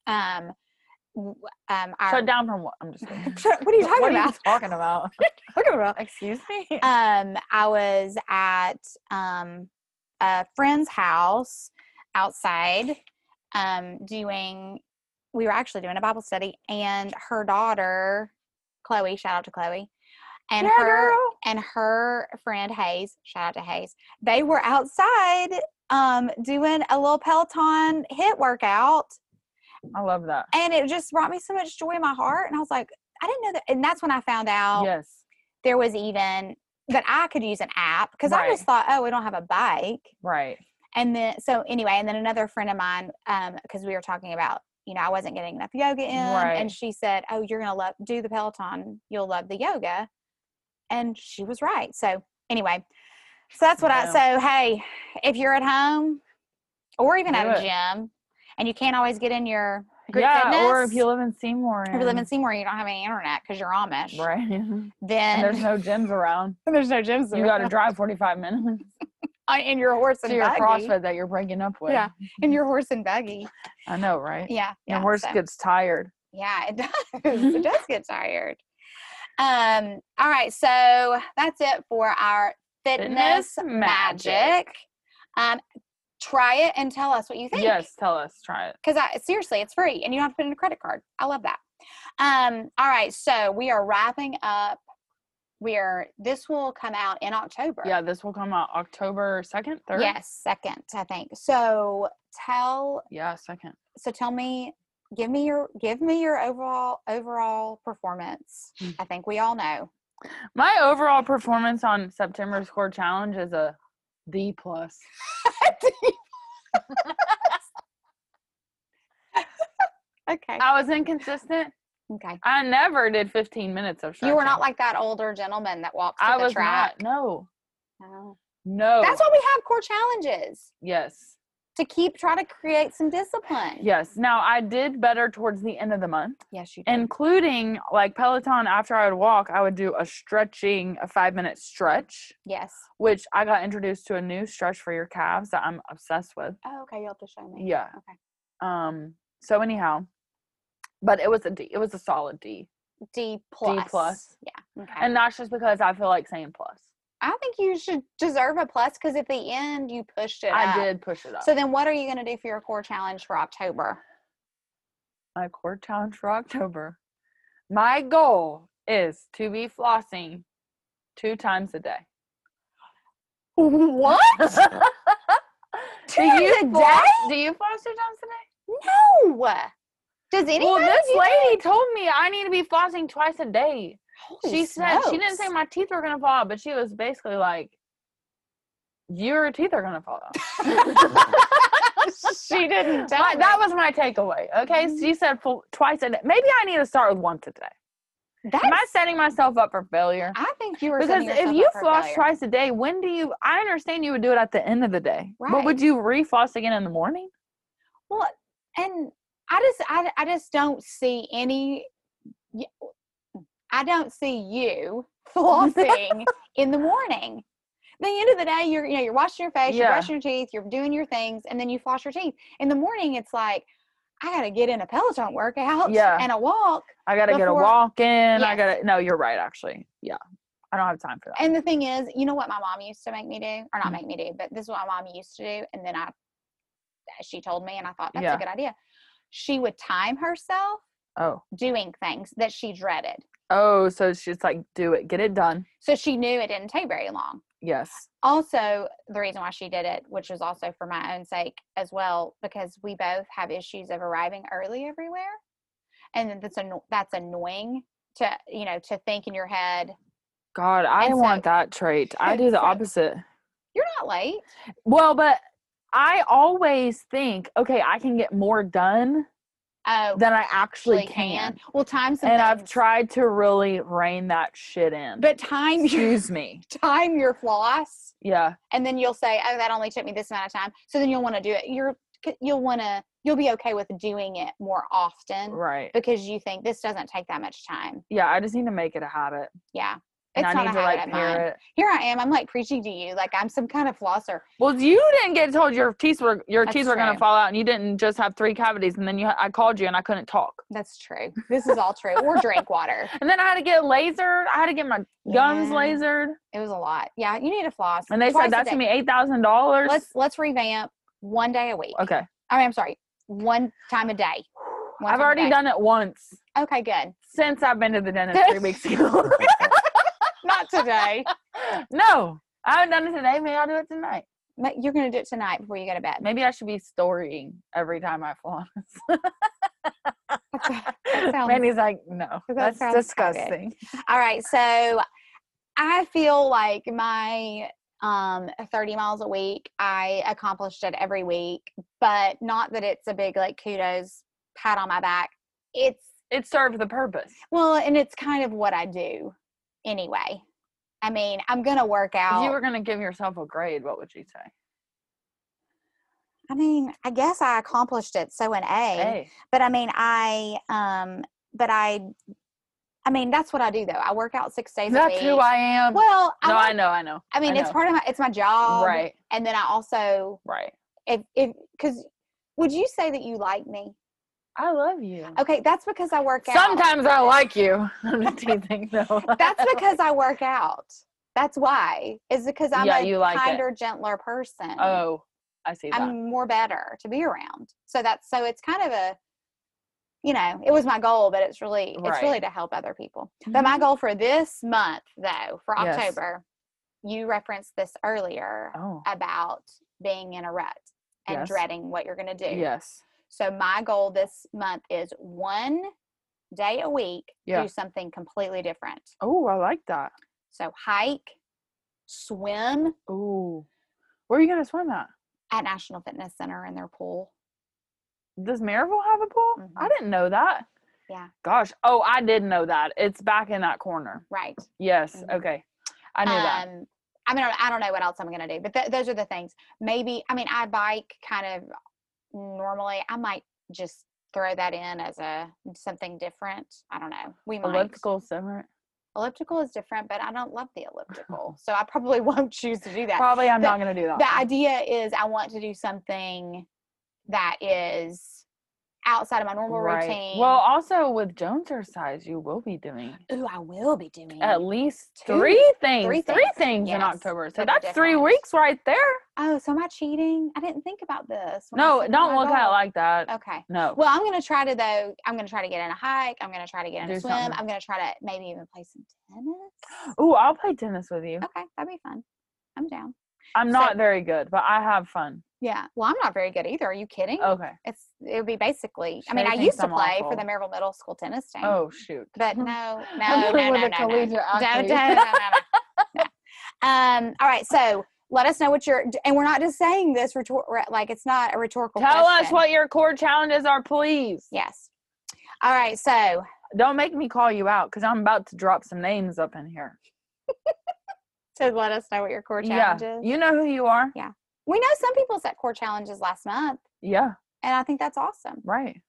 [SPEAKER 1] um, w- um, our,
[SPEAKER 2] Shut down from what? I'm just kidding.
[SPEAKER 1] Shut- what are you talking
[SPEAKER 2] What are
[SPEAKER 1] about?
[SPEAKER 2] you talking about?
[SPEAKER 1] Talking about.
[SPEAKER 2] Excuse me.
[SPEAKER 1] Um, I was at um, a friend's house outside um, doing, we were actually doing a Bible study, and her daughter, Chloe, shout out to Chloe, and
[SPEAKER 2] yeah,
[SPEAKER 1] her
[SPEAKER 2] girl.
[SPEAKER 1] and her friend Hayes, shout out to Hayes, they were outside um, doing a little Peloton hit workout.
[SPEAKER 2] I love that.
[SPEAKER 1] and it just brought me so much joy in my heart and i was like i didn't know that and that's when i found out
[SPEAKER 2] yes.
[SPEAKER 1] there was even that i could use an app because i
[SPEAKER 2] Right.
[SPEAKER 1] just thought oh we don't have a bike
[SPEAKER 2] Right.
[SPEAKER 1] and then so anyway and then another friend of mine um because we were talking about you know, I wasn't getting enough yoga in.
[SPEAKER 2] Right.
[SPEAKER 1] And she said, Oh, you're gonna love do the Peloton, you'll love the yoga. And she was right. So anyway, so that's what I so hey, if you're at home or even at
[SPEAKER 2] Do
[SPEAKER 1] a gym and you can't always get in your group
[SPEAKER 2] yeah, or if
[SPEAKER 1] fitness.
[SPEAKER 2] you live in Seymour,
[SPEAKER 1] if you live in
[SPEAKER 2] and-
[SPEAKER 1] Seymour and you don't have any internet because you're Amish,
[SPEAKER 2] Mm. right, and
[SPEAKER 1] then
[SPEAKER 2] there's no gyms around,
[SPEAKER 1] there's no gyms
[SPEAKER 2] you got to drive 45 minutes
[SPEAKER 1] in your horse and
[SPEAKER 2] to your
[SPEAKER 1] buggy.
[SPEAKER 2] CrossFit that you're breaking up with.
[SPEAKER 1] Yeah. in your horse and buggy.
[SPEAKER 2] I know, right?
[SPEAKER 1] Yeah.
[SPEAKER 2] Your
[SPEAKER 1] yeah,
[SPEAKER 2] horse
[SPEAKER 1] so-
[SPEAKER 2] gets tired.
[SPEAKER 1] Yeah, it does. it does get tired. Um, all right, so that's it for our fitness,
[SPEAKER 2] Fitness
[SPEAKER 1] magic.
[SPEAKER 2] magic.
[SPEAKER 1] Um, try it and tell us what you think.
[SPEAKER 2] Yes, tell us. Try it.
[SPEAKER 1] Because I seriously, it's free and you don't have to put in a credit card. I love that. Um, all right, so we are wrapping up. We are this will come out in October.
[SPEAKER 2] Yeah, this will come out October 2nd, 3rd.
[SPEAKER 1] Yes, second, I think. So tell
[SPEAKER 2] Yeah, second.
[SPEAKER 1] so tell me give me your give me your overall overall performance
[SPEAKER 2] Hmm.
[SPEAKER 1] i think we all know
[SPEAKER 2] My overall performance on September's core challenge is a D plus.
[SPEAKER 1] okay
[SPEAKER 2] I was inconsistent.
[SPEAKER 1] okay
[SPEAKER 2] I never did 15 minutes of stretching.
[SPEAKER 1] you were not like that older gentleman that walks to
[SPEAKER 2] I
[SPEAKER 1] the
[SPEAKER 2] was
[SPEAKER 1] track
[SPEAKER 2] not. No,
[SPEAKER 1] No.
[SPEAKER 2] no.
[SPEAKER 1] that's why we have core challenges
[SPEAKER 2] yes,
[SPEAKER 1] to keep try to create some discipline
[SPEAKER 2] yes. Now I did better towards the end of the month,
[SPEAKER 1] yes you do
[SPEAKER 2] including like Peloton. After I would walk, I would do a stretching, a five minute stretch,
[SPEAKER 1] yes
[SPEAKER 2] which I got introduced to a new stretch for your calves that I'm obsessed with.
[SPEAKER 1] oh, okay you'll have to show me
[SPEAKER 2] Yeah.
[SPEAKER 1] okay
[SPEAKER 2] Um. So anyhow, but it was a D. It was a solid D.
[SPEAKER 1] d plus
[SPEAKER 2] plus.
[SPEAKER 1] yeah okay
[SPEAKER 2] And that's just because I feel like saying plus.
[SPEAKER 1] i think you should deserve a plus because at the end you pushed it
[SPEAKER 2] I
[SPEAKER 1] up.
[SPEAKER 2] did push it up.
[SPEAKER 1] so then what are you going to do for your core challenge for october
[SPEAKER 2] my core challenge for October. My goal is to be flossing two times a day.
[SPEAKER 1] what
[SPEAKER 2] do
[SPEAKER 1] times
[SPEAKER 2] you
[SPEAKER 1] a
[SPEAKER 2] floss, Do you floss two times a day?
[SPEAKER 1] No. Does anybody?
[SPEAKER 2] well,
[SPEAKER 1] do
[SPEAKER 2] this lady
[SPEAKER 1] that?
[SPEAKER 2] told me I need to be flossing twice a day.
[SPEAKER 1] Holy
[SPEAKER 2] she said she didn't say
[SPEAKER 1] smokes.
[SPEAKER 2] my teeth were gonna fall out, but she was basically like, "Your teeth are gonna fall out."
[SPEAKER 1] she didn't tell
[SPEAKER 2] My-
[SPEAKER 1] me.
[SPEAKER 2] that was my takeaway. Okay,
[SPEAKER 1] Mhm.
[SPEAKER 2] she said full, twice a day. Maybe I need to start with once a day.
[SPEAKER 1] That's-
[SPEAKER 2] Am I setting myself up for failure?
[SPEAKER 1] I think you were
[SPEAKER 2] Because
[SPEAKER 1] setting
[SPEAKER 2] if
[SPEAKER 1] yourself
[SPEAKER 2] you
[SPEAKER 1] up for
[SPEAKER 2] floss
[SPEAKER 1] failure.
[SPEAKER 2] twice a day, when do you? I understand you would do it at the end of the day, but
[SPEAKER 1] Right.
[SPEAKER 2] would you refloss again in the morning?
[SPEAKER 1] well, and I just, I, I just don't see any. y- I don't see you flossing in the morning. At the end of the day, you're you know you're washing your face, you're
[SPEAKER 2] Yeah.
[SPEAKER 1] brushing your teeth, you're doing your things, and then you floss your teeth. In the morning, it's like I got to get in a Peloton workout
[SPEAKER 2] Yeah.
[SPEAKER 1] and a walk.
[SPEAKER 2] I gotta get a
[SPEAKER 1] Before-
[SPEAKER 2] walk in. I
[SPEAKER 1] Yes.
[SPEAKER 2] gotta. No, you're right. Actually, yeah, I don't have time for that.
[SPEAKER 1] And the thing is, you know what my mom used to make me do, or not
[SPEAKER 2] Mhm.
[SPEAKER 1] make me do, but this is what my mom used to do. And then I, she told me, and I thought that's
[SPEAKER 2] Yeah.
[SPEAKER 1] a good idea. She would time herself
[SPEAKER 2] oh,
[SPEAKER 1] doing things that she dreaded,
[SPEAKER 2] oh, so she's like, do it, get it done.
[SPEAKER 1] so she knew it didn't take very long.
[SPEAKER 2] Yes,
[SPEAKER 1] Also, the reason why she did it, which was also for my own sake as well, because we both have issues of arriving early everywhere, and then that's anno- that's annoying to you know to think in your head
[SPEAKER 2] God, I
[SPEAKER 1] And so-
[SPEAKER 2] want that trait. I do the
[SPEAKER 1] so-
[SPEAKER 2] opposite.
[SPEAKER 1] you're not late.
[SPEAKER 2] Well, but I always think, okay, I can get more done
[SPEAKER 1] Oh,
[SPEAKER 2] than I actually
[SPEAKER 1] actually
[SPEAKER 2] can.
[SPEAKER 1] Well, time some
[SPEAKER 2] And I've
[SPEAKER 1] things.
[SPEAKER 2] tried to really rein that shit in.
[SPEAKER 1] But time your
[SPEAKER 2] excuse me.
[SPEAKER 1] time your floss,
[SPEAKER 2] Yeah.
[SPEAKER 1] and then you'll say, "Oh, that only took me this amount of time." So then you'll want to do it. You're c- you'll want to you'll be okay with doing it more often
[SPEAKER 2] Right.
[SPEAKER 1] because you think this doesn't take that much time.
[SPEAKER 2] Yeah, I just need to make it a habit.
[SPEAKER 1] Yeah,
[SPEAKER 2] And
[SPEAKER 1] it's
[SPEAKER 2] I
[SPEAKER 1] not
[SPEAKER 2] need
[SPEAKER 1] a
[SPEAKER 2] to
[SPEAKER 1] habit
[SPEAKER 2] like
[SPEAKER 1] of mine.
[SPEAKER 2] pair it.
[SPEAKER 1] Here I am. I'm like preaching to you, like I'm some kind of flosser.
[SPEAKER 2] Well, you didn't get told your teeth were your
[SPEAKER 1] That's
[SPEAKER 2] teeth were
[SPEAKER 1] true.
[SPEAKER 2] gonna fall out, and you didn't just have three cavities, and then you I called you and I couldn't talk,
[SPEAKER 1] That's true. This is all true. or drink water.
[SPEAKER 2] and then I had to get lasered. I had to get my gums
[SPEAKER 1] Yeah.
[SPEAKER 2] lasered,
[SPEAKER 1] It was a lot. Yeah, you need a floss.
[SPEAKER 2] and they
[SPEAKER 1] twice a
[SPEAKER 2] said that's
[SPEAKER 1] day.
[SPEAKER 2] gonna be eight thousand dollars.
[SPEAKER 1] Let's let's revamp one day a week.
[SPEAKER 2] Okay,
[SPEAKER 1] I mean, I'm sorry, one time a day. One
[SPEAKER 2] I've
[SPEAKER 1] time a
[SPEAKER 2] already
[SPEAKER 1] day.
[SPEAKER 2] done it once
[SPEAKER 1] Okay, good.
[SPEAKER 2] since I've been to the dentist three weeks ago.
[SPEAKER 1] Not today.
[SPEAKER 2] no, I haven't done it today. Maybe I'll do it tonight.
[SPEAKER 1] But you're gonna do it tonight before you go to bed.
[SPEAKER 2] Maybe I should be storying every time I floss.
[SPEAKER 1] sounds-
[SPEAKER 2] Mandy's like, no,
[SPEAKER 1] that sounds
[SPEAKER 2] that's
[SPEAKER 1] kinda good.
[SPEAKER 2] disgusting.
[SPEAKER 1] All right, so I feel like my um 30 miles a week, I accomplished it every week, but not that it's a big like kudos pat on my back. It's
[SPEAKER 2] It served the purpose.
[SPEAKER 1] well, and it's kind of what I do anyway. I mean, I'm gonna work
[SPEAKER 2] If
[SPEAKER 1] out.
[SPEAKER 2] you were going to give yourself a grade, what would you say?
[SPEAKER 1] I mean, I guess I accomplished it. So an A.
[SPEAKER 2] Hey,
[SPEAKER 1] But I mean, I um, but I, I mean, that's what I do though. I work out six days. a
[SPEAKER 2] that's
[SPEAKER 1] week.
[SPEAKER 2] who I am.
[SPEAKER 1] Well, I, um,
[SPEAKER 2] no, I
[SPEAKER 1] work-
[SPEAKER 2] know, I know.
[SPEAKER 1] I mean,
[SPEAKER 2] I
[SPEAKER 1] it's
[SPEAKER 2] know.
[SPEAKER 1] part of my it's my job,
[SPEAKER 2] right,
[SPEAKER 1] And then I also
[SPEAKER 2] right.
[SPEAKER 1] if if because would you say that you like me?
[SPEAKER 2] I love you.
[SPEAKER 1] Okay, that's because I work out.
[SPEAKER 2] Sometimes I like you. I'm just teasing, though.
[SPEAKER 1] that's because I work out. That's why. Is because I'm
[SPEAKER 2] Yeah,
[SPEAKER 1] a
[SPEAKER 2] you like it.
[SPEAKER 1] kinder, gentler person.
[SPEAKER 2] Oh, I see that.
[SPEAKER 1] I'm more better to be around. So that's so it's kind of a you know, it was my goal, but it's really it's really
[SPEAKER 2] Right. Mm-hmm.
[SPEAKER 1] to help other people. But my goal for this month though, for
[SPEAKER 2] Yes.
[SPEAKER 1] October, you referenced this earlier
[SPEAKER 2] oh,
[SPEAKER 1] about being in a rut and
[SPEAKER 2] Yes.
[SPEAKER 1] dreading what you're gonna do.
[SPEAKER 2] yes.
[SPEAKER 1] So my goal this month is one day a week
[SPEAKER 2] Yeah.
[SPEAKER 1] do something completely different.
[SPEAKER 2] Oh, I like that.
[SPEAKER 1] So hike, swim
[SPEAKER 2] Oh, where are you gonna swim at?
[SPEAKER 1] at National Fitness Center in their pool.
[SPEAKER 2] Does Maryville have a pool? I
[SPEAKER 1] Mhm.
[SPEAKER 2] didn't know that.
[SPEAKER 1] Yeah.
[SPEAKER 2] Gosh. Oh, I did know that. It's back in that corner.
[SPEAKER 1] Right.
[SPEAKER 2] Yes.
[SPEAKER 1] Mhm.
[SPEAKER 2] Okay. I knew that.
[SPEAKER 1] Um, I mean, I don't- I don't know what else I'm gonna do, but th- those are the things. Maybe I mean, I bike kind of normally. I might just throw that in as a something different. I don't know. We might.
[SPEAKER 2] Elliptical summer.
[SPEAKER 1] Elliptical is different, but I don't love the elliptical, so I probably won't choose to do that.
[SPEAKER 2] Probably I'm
[SPEAKER 1] The-
[SPEAKER 2] not gonna do that.
[SPEAKER 1] the idea is I want to do something that is outside of my normal
[SPEAKER 2] Right.
[SPEAKER 1] routine.
[SPEAKER 2] Well, also with Jones or size, you will be doing
[SPEAKER 1] ooh, I will be doing.
[SPEAKER 2] at least
[SPEAKER 1] Two-
[SPEAKER 2] three things. Three
[SPEAKER 1] three
[SPEAKER 2] things,
[SPEAKER 1] things,
[SPEAKER 2] in
[SPEAKER 1] yes,
[SPEAKER 2] October. So
[SPEAKER 1] that are
[SPEAKER 2] that's three
[SPEAKER 1] different.
[SPEAKER 2] weeks right there.
[SPEAKER 1] oh, so am I cheating? I didn't think about this. when I
[SPEAKER 2] No,
[SPEAKER 1] set
[SPEAKER 2] don't
[SPEAKER 1] my
[SPEAKER 2] look at it
[SPEAKER 1] goal.
[SPEAKER 2] like that.
[SPEAKER 1] Okay.
[SPEAKER 2] No.
[SPEAKER 1] Well, I'm gonna try to though. I'm gonna try to get in a hike. I'm gonna try to get in
[SPEAKER 2] Do
[SPEAKER 1] a swim.
[SPEAKER 2] something.
[SPEAKER 1] I'm gonna try to maybe even play some tennis.
[SPEAKER 2] Ooh, I'll play tennis with you.
[SPEAKER 1] Okay, that'd be fun. I'm down.
[SPEAKER 2] I'm
[SPEAKER 1] So-
[SPEAKER 2] not very good, but I have fun.
[SPEAKER 1] Yeah. Well, I'm not very good either. Are you kidding?
[SPEAKER 2] Okay.
[SPEAKER 1] It's it would be basically. I
[SPEAKER 2] Shay
[SPEAKER 1] mean, I
[SPEAKER 2] thinks
[SPEAKER 1] used to
[SPEAKER 2] I'm
[SPEAKER 1] play for
[SPEAKER 2] awful.
[SPEAKER 1] the Maryville Middle School tennis team.
[SPEAKER 2] Oh shoot.
[SPEAKER 1] But no,
[SPEAKER 2] I'm
[SPEAKER 1] no, no,
[SPEAKER 2] going
[SPEAKER 1] no,
[SPEAKER 2] with
[SPEAKER 1] no,
[SPEAKER 2] a
[SPEAKER 1] no, no.
[SPEAKER 2] collegiate
[SPEAKER 1] Don't-
[SPEAKER 2] athlete.
[SPEAKER 1] don't- no, no, no, no. Um, all right, so let us know what your and we're not just saying this rhetor- re- like it's not a rhetorical
[SPEAKER 2] Tell us
[SPEAKER 1] question.
[SPEAKER 2] what your core challenges are, please.
[SPEAKER 1] Yes. All right, so
[SPEAKER 2] Don't make me call you out because I'm about to drop some names up in here.
[SPEAKER 1] so let us know what your core
[SPEAKER 2] Yeah.
[SPEAKER 1] challenge is.
[SPEAKER 2] You know who you are?
[SPEAKER 1] We know some people set core challenges last month,
[SPEAKER 2] Yeah.
[SPEAKER 1] and I think that's awesome.
[SPEAKER 2] Right.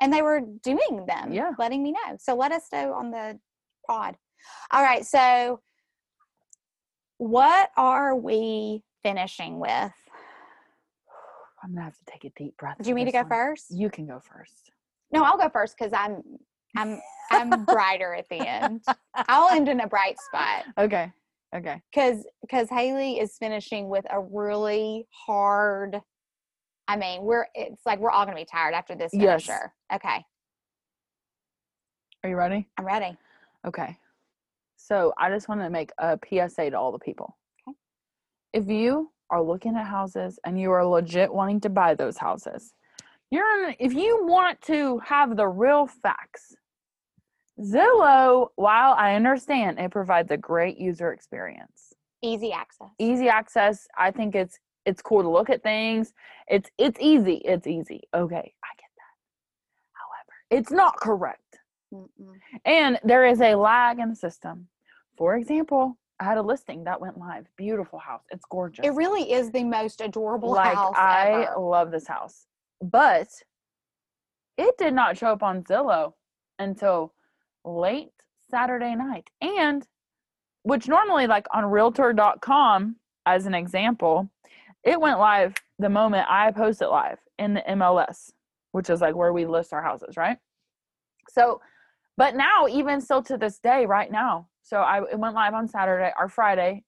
[SPEAKER 1] And they were doing them,
[SPEAKER 2] Yeah.
[SPEAKER 1] letting me know. So let us know on the pod. All right, so what are we finishing with?
[SPEAKER 2] I'm gonna have to take a deep breath.
[SPEAKER 1] Do you
[SPEAKER 2] for
[SPEAKER 1] mean to
[SPEAKER 2] this
[SPEAKER 1] go
[SPEAKER 2] one.
[SPEAKER 1] first?
[SPEAKER 2] You can go first.
[SPEAKER 1] No, I'll go first because I'm I'm I'm brighter at the end. I'll end in a bright spot
[SPEAKER 2] Okay. Okay.
[SPEAKER 1] because because Haley is finishing with a really hard. I mean, we're it's like we're all gonna be tired after this
[SPEAKER 2] Yes.
[SPEAKER 1] finisher. Okay,
[SPEAKER 2] Are you ready?
[SPEAKER 1] I'm ready.
[SPEAKER 2] Okay. So I just want to make a PSA to all the people.
[SPEAKER 1] Okay.
[SPEAKER 2] If you are looking at houses and you are legit wanting to buy those houses, you're in, if you want to have the real facts, Zillow, while I understand it provides a great user experience,
[SPEAKER 1] Easy access.
[SPEAKER 2] easy access. I think it's it's cool to look at things. It's it's easy. It's easy. Okay, I get that. However, it's not correct.
[SPEAKER 1] Mm-mm.
[SPEAKER 2] And there is a lag in the system. For example, I had a listing that went live. Beautiful house. It's gorgeous.
[SPEAKER 1] It really is the most adorable
[SPEAKER 2] like
[SPEAKER 1] house
[SPEAKER 2] I
[SPEAKER 1] ever.
[SPEAKER 2] love this house. But it did not show up on Zillow until late Saturday night. And which normally like on realtor.com as an example, it went live the moment I post it live in the MLS, which is like where we list our houses, right? So, but now, even still to this day, right now, so I it went live on Saturday or Friday.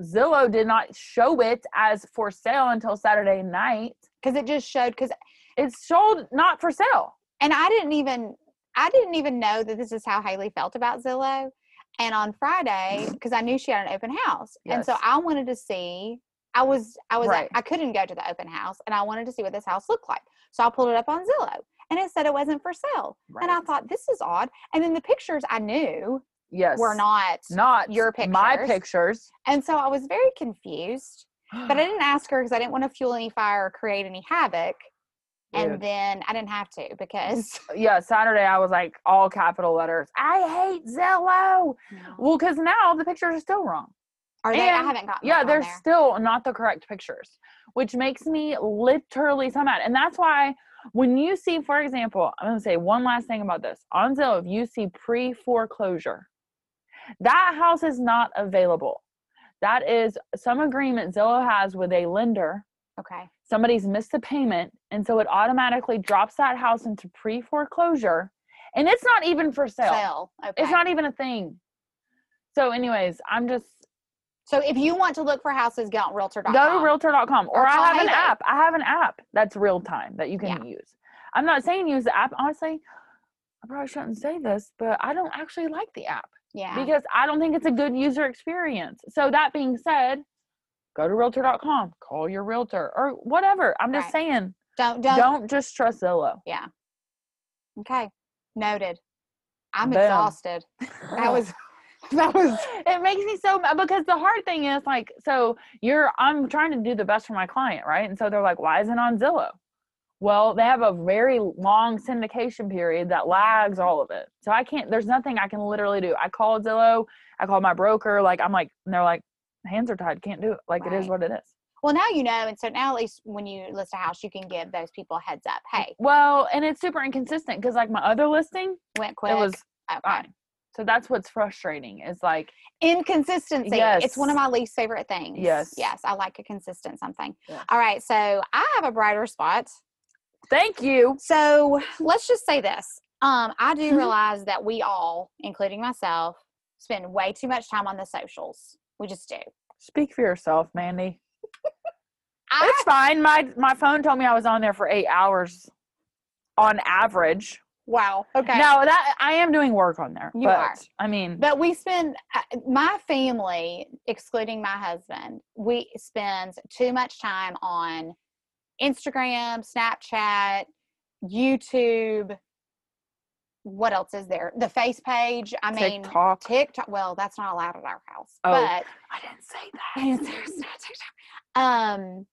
[SPEAKER 2] Zillow did not show it as for sale until Saturday night.
[SPEAKER 1] Because it just showed. Because
[SPEAKER 2] It's sold not for sale.
[SPEAKER 1] and I didn't even I didn't even know that this is how Haley felt about Zillow. And on Friday, because I knew she had an open house, and so
[SPEAKER 2] Yes.
[SPEAKER 1] I wanted to see. I was I was
[SPEAKER 2] Right.
[SPEAKER 1] I couldn't go to the open house, and I wanted to see what this house looked like. So I pulled it up on Zillow, and it said it wasn't for sale. And I thought this is odd. And then the pictures I knew
[SPEAKER 2] yes,
[SPEAKER 1] were not.
[SPEAKER 2] not
[SPEAKER 1] your
[SPEAKER 2] My
[SPEAKER 1] pictures.
[SPEAKER 2] pictures,
[SPEAKER 1] And so I was very confused. But I didn't ask her because I didn't want to fuel any fire or create any havoc. And then I didn't have to because
[SPEAKER 2] yeah, Saturday I was like all capital letters. I hate Zillow. Well, because now the pictures are still wrong.
[SPEAKER 1] Or they, I
[SPEAKER 2] And-
[SPEAKER 1] haven't gotten
[SPEAKER 2] Yeah,
[SPEAKER 1] one on
[SPEAKER 2] they're
[SPEAKER 1] there.
[SPEAKER 2] still not the correct pictures, which makes me literally so mad. And that's why when you see, for example, I'm gonna say one last thing about this. On Zillow, if you see pre foreclosure, that house is not available. That is some agreement Zillow has with a lender.
[SPEAKER 1] okay.
[SPEAKER 2] Somebody's missed a payment, and so it automatically drops that house into pre foreclosure, and it's not even for sale.
[SPEAKER 1] Sell. Okay.
[SPEAKER 2] It's not even a thing. So, anyways, I'm just
[SPEAKER 1] so if you want to look for houses, go on realtor.com.
[SPEAKER 2] go to realtor.com or
[SPEAKER 1] Or
[SPEAKER 2] i
[SPEAKER 1] call
[SPEAKER 2] have an
[SPEAKER 1] Haley.
[SPEAKER 2] app i have an app that's real time that you can use i'm not saying use the app honestly i probably shouldn't say this but i don't actually like the app
[SPEAKER 1] Yeah.
[SPEAKER 2] because i don't think it's a good user experience so that being said go to realtor.com call your realtor or whatever i'm just
[SPEAKER 1] Right.
[SPEAKER 2] saying
[SPEAKER 1] don't, don't
[SPEAKER 2] don't, just trust zillow
[SPEAKER 1] Okay. Noted. I'm
[SPEAKER 2] Boom.
[SPEAKER 1] exhausted. That was that was
[SPEAKER 2] it makes me so mad because the hard thing is like so you're i'm trying to do the best for my client right and so they're like why isn't it on zillow well they have a very long syndication period that lags all of it so i can't there's nothing i can literally do i called zillow i called my broker like i'm like and they're like hands are tied can't do it like it is
[SPEAKER 1] Right.
[SPEAKER 2] what it is
[SPEAKER 1] well now you know and so now at least when you list a house you can give those people a heads up. Hey,
[SPEAKER 2] well and it's super inconsistent because like my other listing
[SPEAKER 1] went quick.
[SPEAKER 2] it was
[SPEAKER 1] Okay.
[SPEAKER 2] fine so that's what's frustrating is like
[SPEAKER 1] Inconsistency. It's one of
[SPEAKER 2] Yes.
[SPEAKER 1] my least favorite things.
[SPEAKER 2] Yes.
[SPEAKER 1] Yes. I like a consistent something.
[SPEAKER 2] Yeah.
[SPEAKER 1] All right. So I have a brighter spot.
[SPEAKER 2] thank you
[SPEAKER 1] So let's just say this. Um, I do
[SPEAKER 2] Mhm.
[SPEAKER 1] realize that we all, including myself, spend way too much time on the socials. We just do.
[SPEAKER 2] speak for yourself mandy
[SPEAKER 1] I,
[SPEAKER 2] It's fine. My my phone told me I was on there for eight hours on average.
[SPEAKER 1] wow. Okay.
[SPEAKER 2] Now that I am doing work on there.
[SPEAKER 1] You
[SPEAKER 2] but,
[SPEAKER 1] are.
[SPEAKER 2] I mean
[SPEAKER 1] But we spend, uh, my family, excluding my husband, we spends too much time on Instagram, Snapchat, YouTube. What else is there? The face page. I mean,
[SPEAKER 2] TikTok.
[SPEAKER 1] TikTok. Well, that's not allowed at our house.
[SPEAKER 2] Oh.
[SPEAKER 1] But
[SPEAKER 2] I didn't say that.
[SPEAKER 1] there's not TikTok. Um,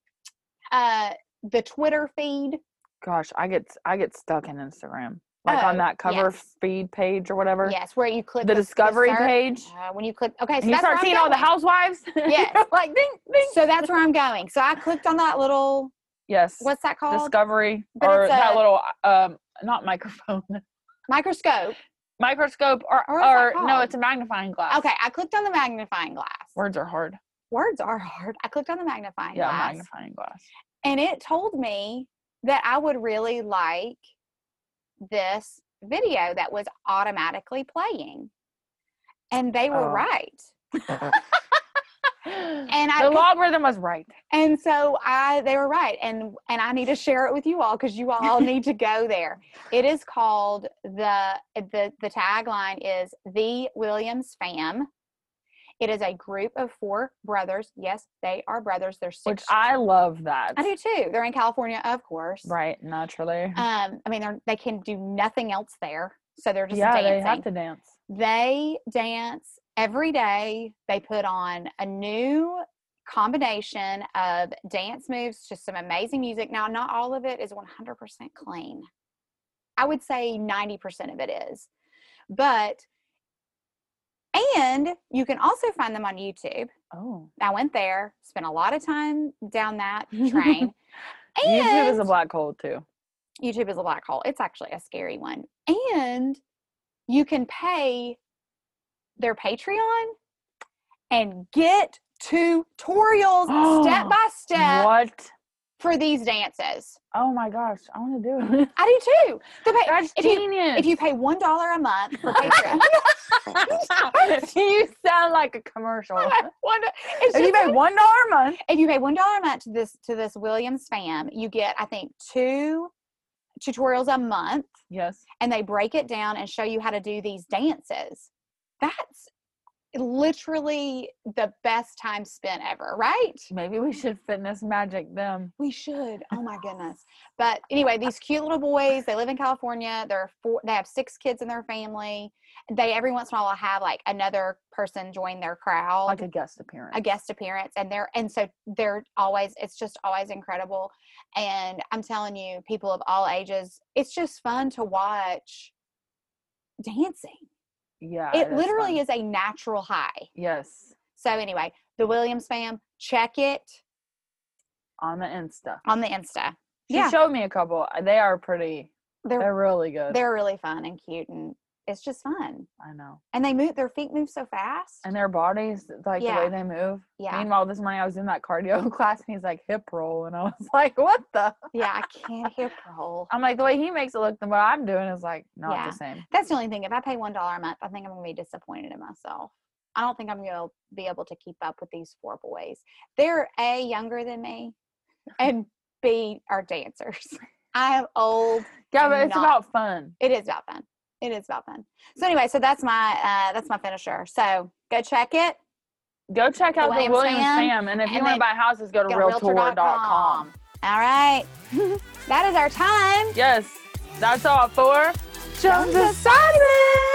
[SPEAKER 1] uh, the Twitter feed.
[SPEAKER 2] Gosh, I get I get stuck in Instagram. Like
[SPEAKER 1] Oh,
[SPEAKER 2] on that cover
[SPEAKER 1] yes.
[SPEAKER 2] feed page or whatever.
[SPEAKER 1] Yes, where you click
[SPEAKER 2] The discovery
[SPEAKER 1] search-
[SPEAKER 2] page.
[SPEAKER 1] Uh, when you click, okay, so
[SPEAKER 2] And you
[SPEAKER 1] that's where
[SPEAKER 2] start
[SPEAKER 1] I'm
[SPEAKER 2] seeing all the
[SPEAKER 1] going.
[SPEAKER 2] housewives. You're
[SPEAKER 1] Yes.
[SPEAKER 2] like ding ding.
[SPEAKER 1] So that's where I'm going. So I clicked on that little
[SPEAKER 2] Yes.
[SPEAKER 1] what's that called?
[SPEAKER 2] Discovery
[SPEAKER 1] But
[SPEAKER 2] or
[SPEAKER 1] it's
[SPEAKER 2] that
[SPEAKER 1] a-
[SPEAKER 2] little um not microphone.
[SPEAKER 1] Microscope.
[SPEAKER 2] Microscope or
[SPEAKER 1] Or what's
[SPEAKER 2] or,
[SPEAKER 1] that
[SPEAKER 2] no,
[SPEAKER 1] called?
[SPEAKER 2] it's a magnifying glass.
[SPEAKER 1] Okay, I clicked on the magnifying glass.
[SPEAKER 2] Words are hard.
[SPEAKER 1] Words are hard. I clicked on the magnifying
[SPEAKER 2] Yeah,
[SPEAKER 1] glass
[SPEAKER 2] magnifying glass.
[SPEAKER 1] and it told me that I would really like this video that was automatically playing. And they were
[SPEAKER 2] Oh.
[SPEAKER 1] right.
[SPEAKER 2] and
[SPEAKER 1] And I
[SPEAKER 2] the
[SPEAKER 1] could-
[SPEAKER 2] logarithm was right.
[SPEAKER 1] And so I they were right. And and I need to share it with you all because you all need to go there. It is called the the the tagline is the Williams fam. It is a group of four brothers. Yes, they are brothers. They're six.
[SPEAKER 2] Which I love that.
[SPEAKER 1] I do too. They're in California, of course.
[SPEAKER 2] Right, naturally.
[SPEAKER 1] Um, I mean they're they can do nothing else there. So they're just
[SPEAKER 2] yeah,
[SPEAKER 1] dancing
[SPEAKER 2] they have to dance.
[SPEAKER 1] they dance every day they put on a new combination of dance moves to some amazing music now not all of it is 100% clean i would say 90% of it is but and you can also find them on youtube
[SPEAKER 2] Oh.
[SPEAKER 1] i went there spent a lot of time down that train and
[SPEAKER 2] YouTube is a black hole too.
[SPEAKER 1] YouTube is a black hole. It's actually a scary one. And you can pay their Patreon and get tutorials step by step
[SPEAKER 2] What?
[SPEAKER 1] for these dances.
[SPEAKER 2] Oh my gosh, I want to do it.
[SPEAKER 1] I do too. The pa-
[SPEAKER 2] That's
[SPEAKER 1] if you
[SPEAKER 2] genius.
[SPEAKER 1] if you pay one dollar a month for Patreon,
[SPEAKER 2] you sound like a commercial.
[SPEAKER 1] one, it's
[SPEAKER 2] if you
[SPEAKER 1] just-
[SPEAKER 2] pay one dollar a month,
[SPEAKER 1] if you pay one dollar a month to this to this Williams fam, you get I think two tutorials a month.
[SPEAKER 2] yes,
[SPEAKER 1] and they break it down and show you how to do these dances. That's literally the best time spent ever, right?
[SPEAKER 2] Maybe we should fitness magic them.
[SPEAKER 1] We should. Oh my goodness. But anyway, these cute little boys, they live in California. They're four, they have six kids in their family. They every once in a while have like another person join their crowd,
[SPEAKER 2] Like a guest appearance.
[SPEAKER 1] a guest appearance. And they're and so they're always it's just always incredible. And I'm telling you, people of all ages, it's just fun to watch dancing.
[SPEAKER 2] Yeah.
[SPEAKER 1] it literally is a natural high.
[SPEAKER 2] Yes.
[SPEAKER 1] So anyway, the Williams fam, check it
[SPEAKER 2] On the Insta.
[SPEAKER 1] on the Insta.
[SPEAKER 2] She
[SPEAKER 1] Yeah.
[SPEAKER 2] showed me a couple. uh, They are pretty.
[SPEAKER 1] They're
[SPEAKER 2] They're really good.
[SPEAKER 1] they're really fun and cute and it's just fun.
[SPEAKER 2] I know.
[SPEAKER 1] And they move their feet move so fast.
[SPEAKER 2] And their bodies, like
[SPEAKER 1] Yeah.
[SPEAKER 2] the way they move.
[SPEAKER 1] yeah.
[SPEAKER 2] Meanwhile, this morning I was in that cardio class and he's like hip roll, and I was like, "What the?"
[SPEAKER 1] Yeah, I can't hear roll.
[SPEAKER 2] I'm like, the way he makes it look, than what I'm doing is like not
[SPEAKER 1] Yeah.
[SPEAKER 2] the same.
[SPEAKER 1] That's the only thing. If I pay one dollar a month, I think I'm gonna be disappointed in myself. I don't think I'm gonna be able to keep up with these four boys. They're A younger than me and B are dancers. I am old
[SPEAKER 2] Yeah,
[SPEAKER 1] I'm
[SPEAKER 2] but it's
[SPEAKER 1] not-
[SPEAKER 2] about fun.
[SPEAKER 1] it is about fun. It is about fun. So anyway, so that's my uh that's my finisher. So go check it.
[SPEAKER 2] Go check out the
[SPEAKER 1] Williams
[SPEAKER 2] Williams
[SPEAKER 1] Fam,
[SPEAKER 2] Fam, and if you
[SPEAKER 1] and
[SPEAKER 2] want
[SPEAKER 1] then
[SPEAKER 2] to buy houses, go to
[SPEAKER 1] Go
[SPEAKER 2] Realtor.com.
[SPEAKER 1] All right. that is our time.
[SPEAKER 2] Yes, that's all for
[SPEAKER 1] Jones
[SPEAKER 2] Jones Assignment.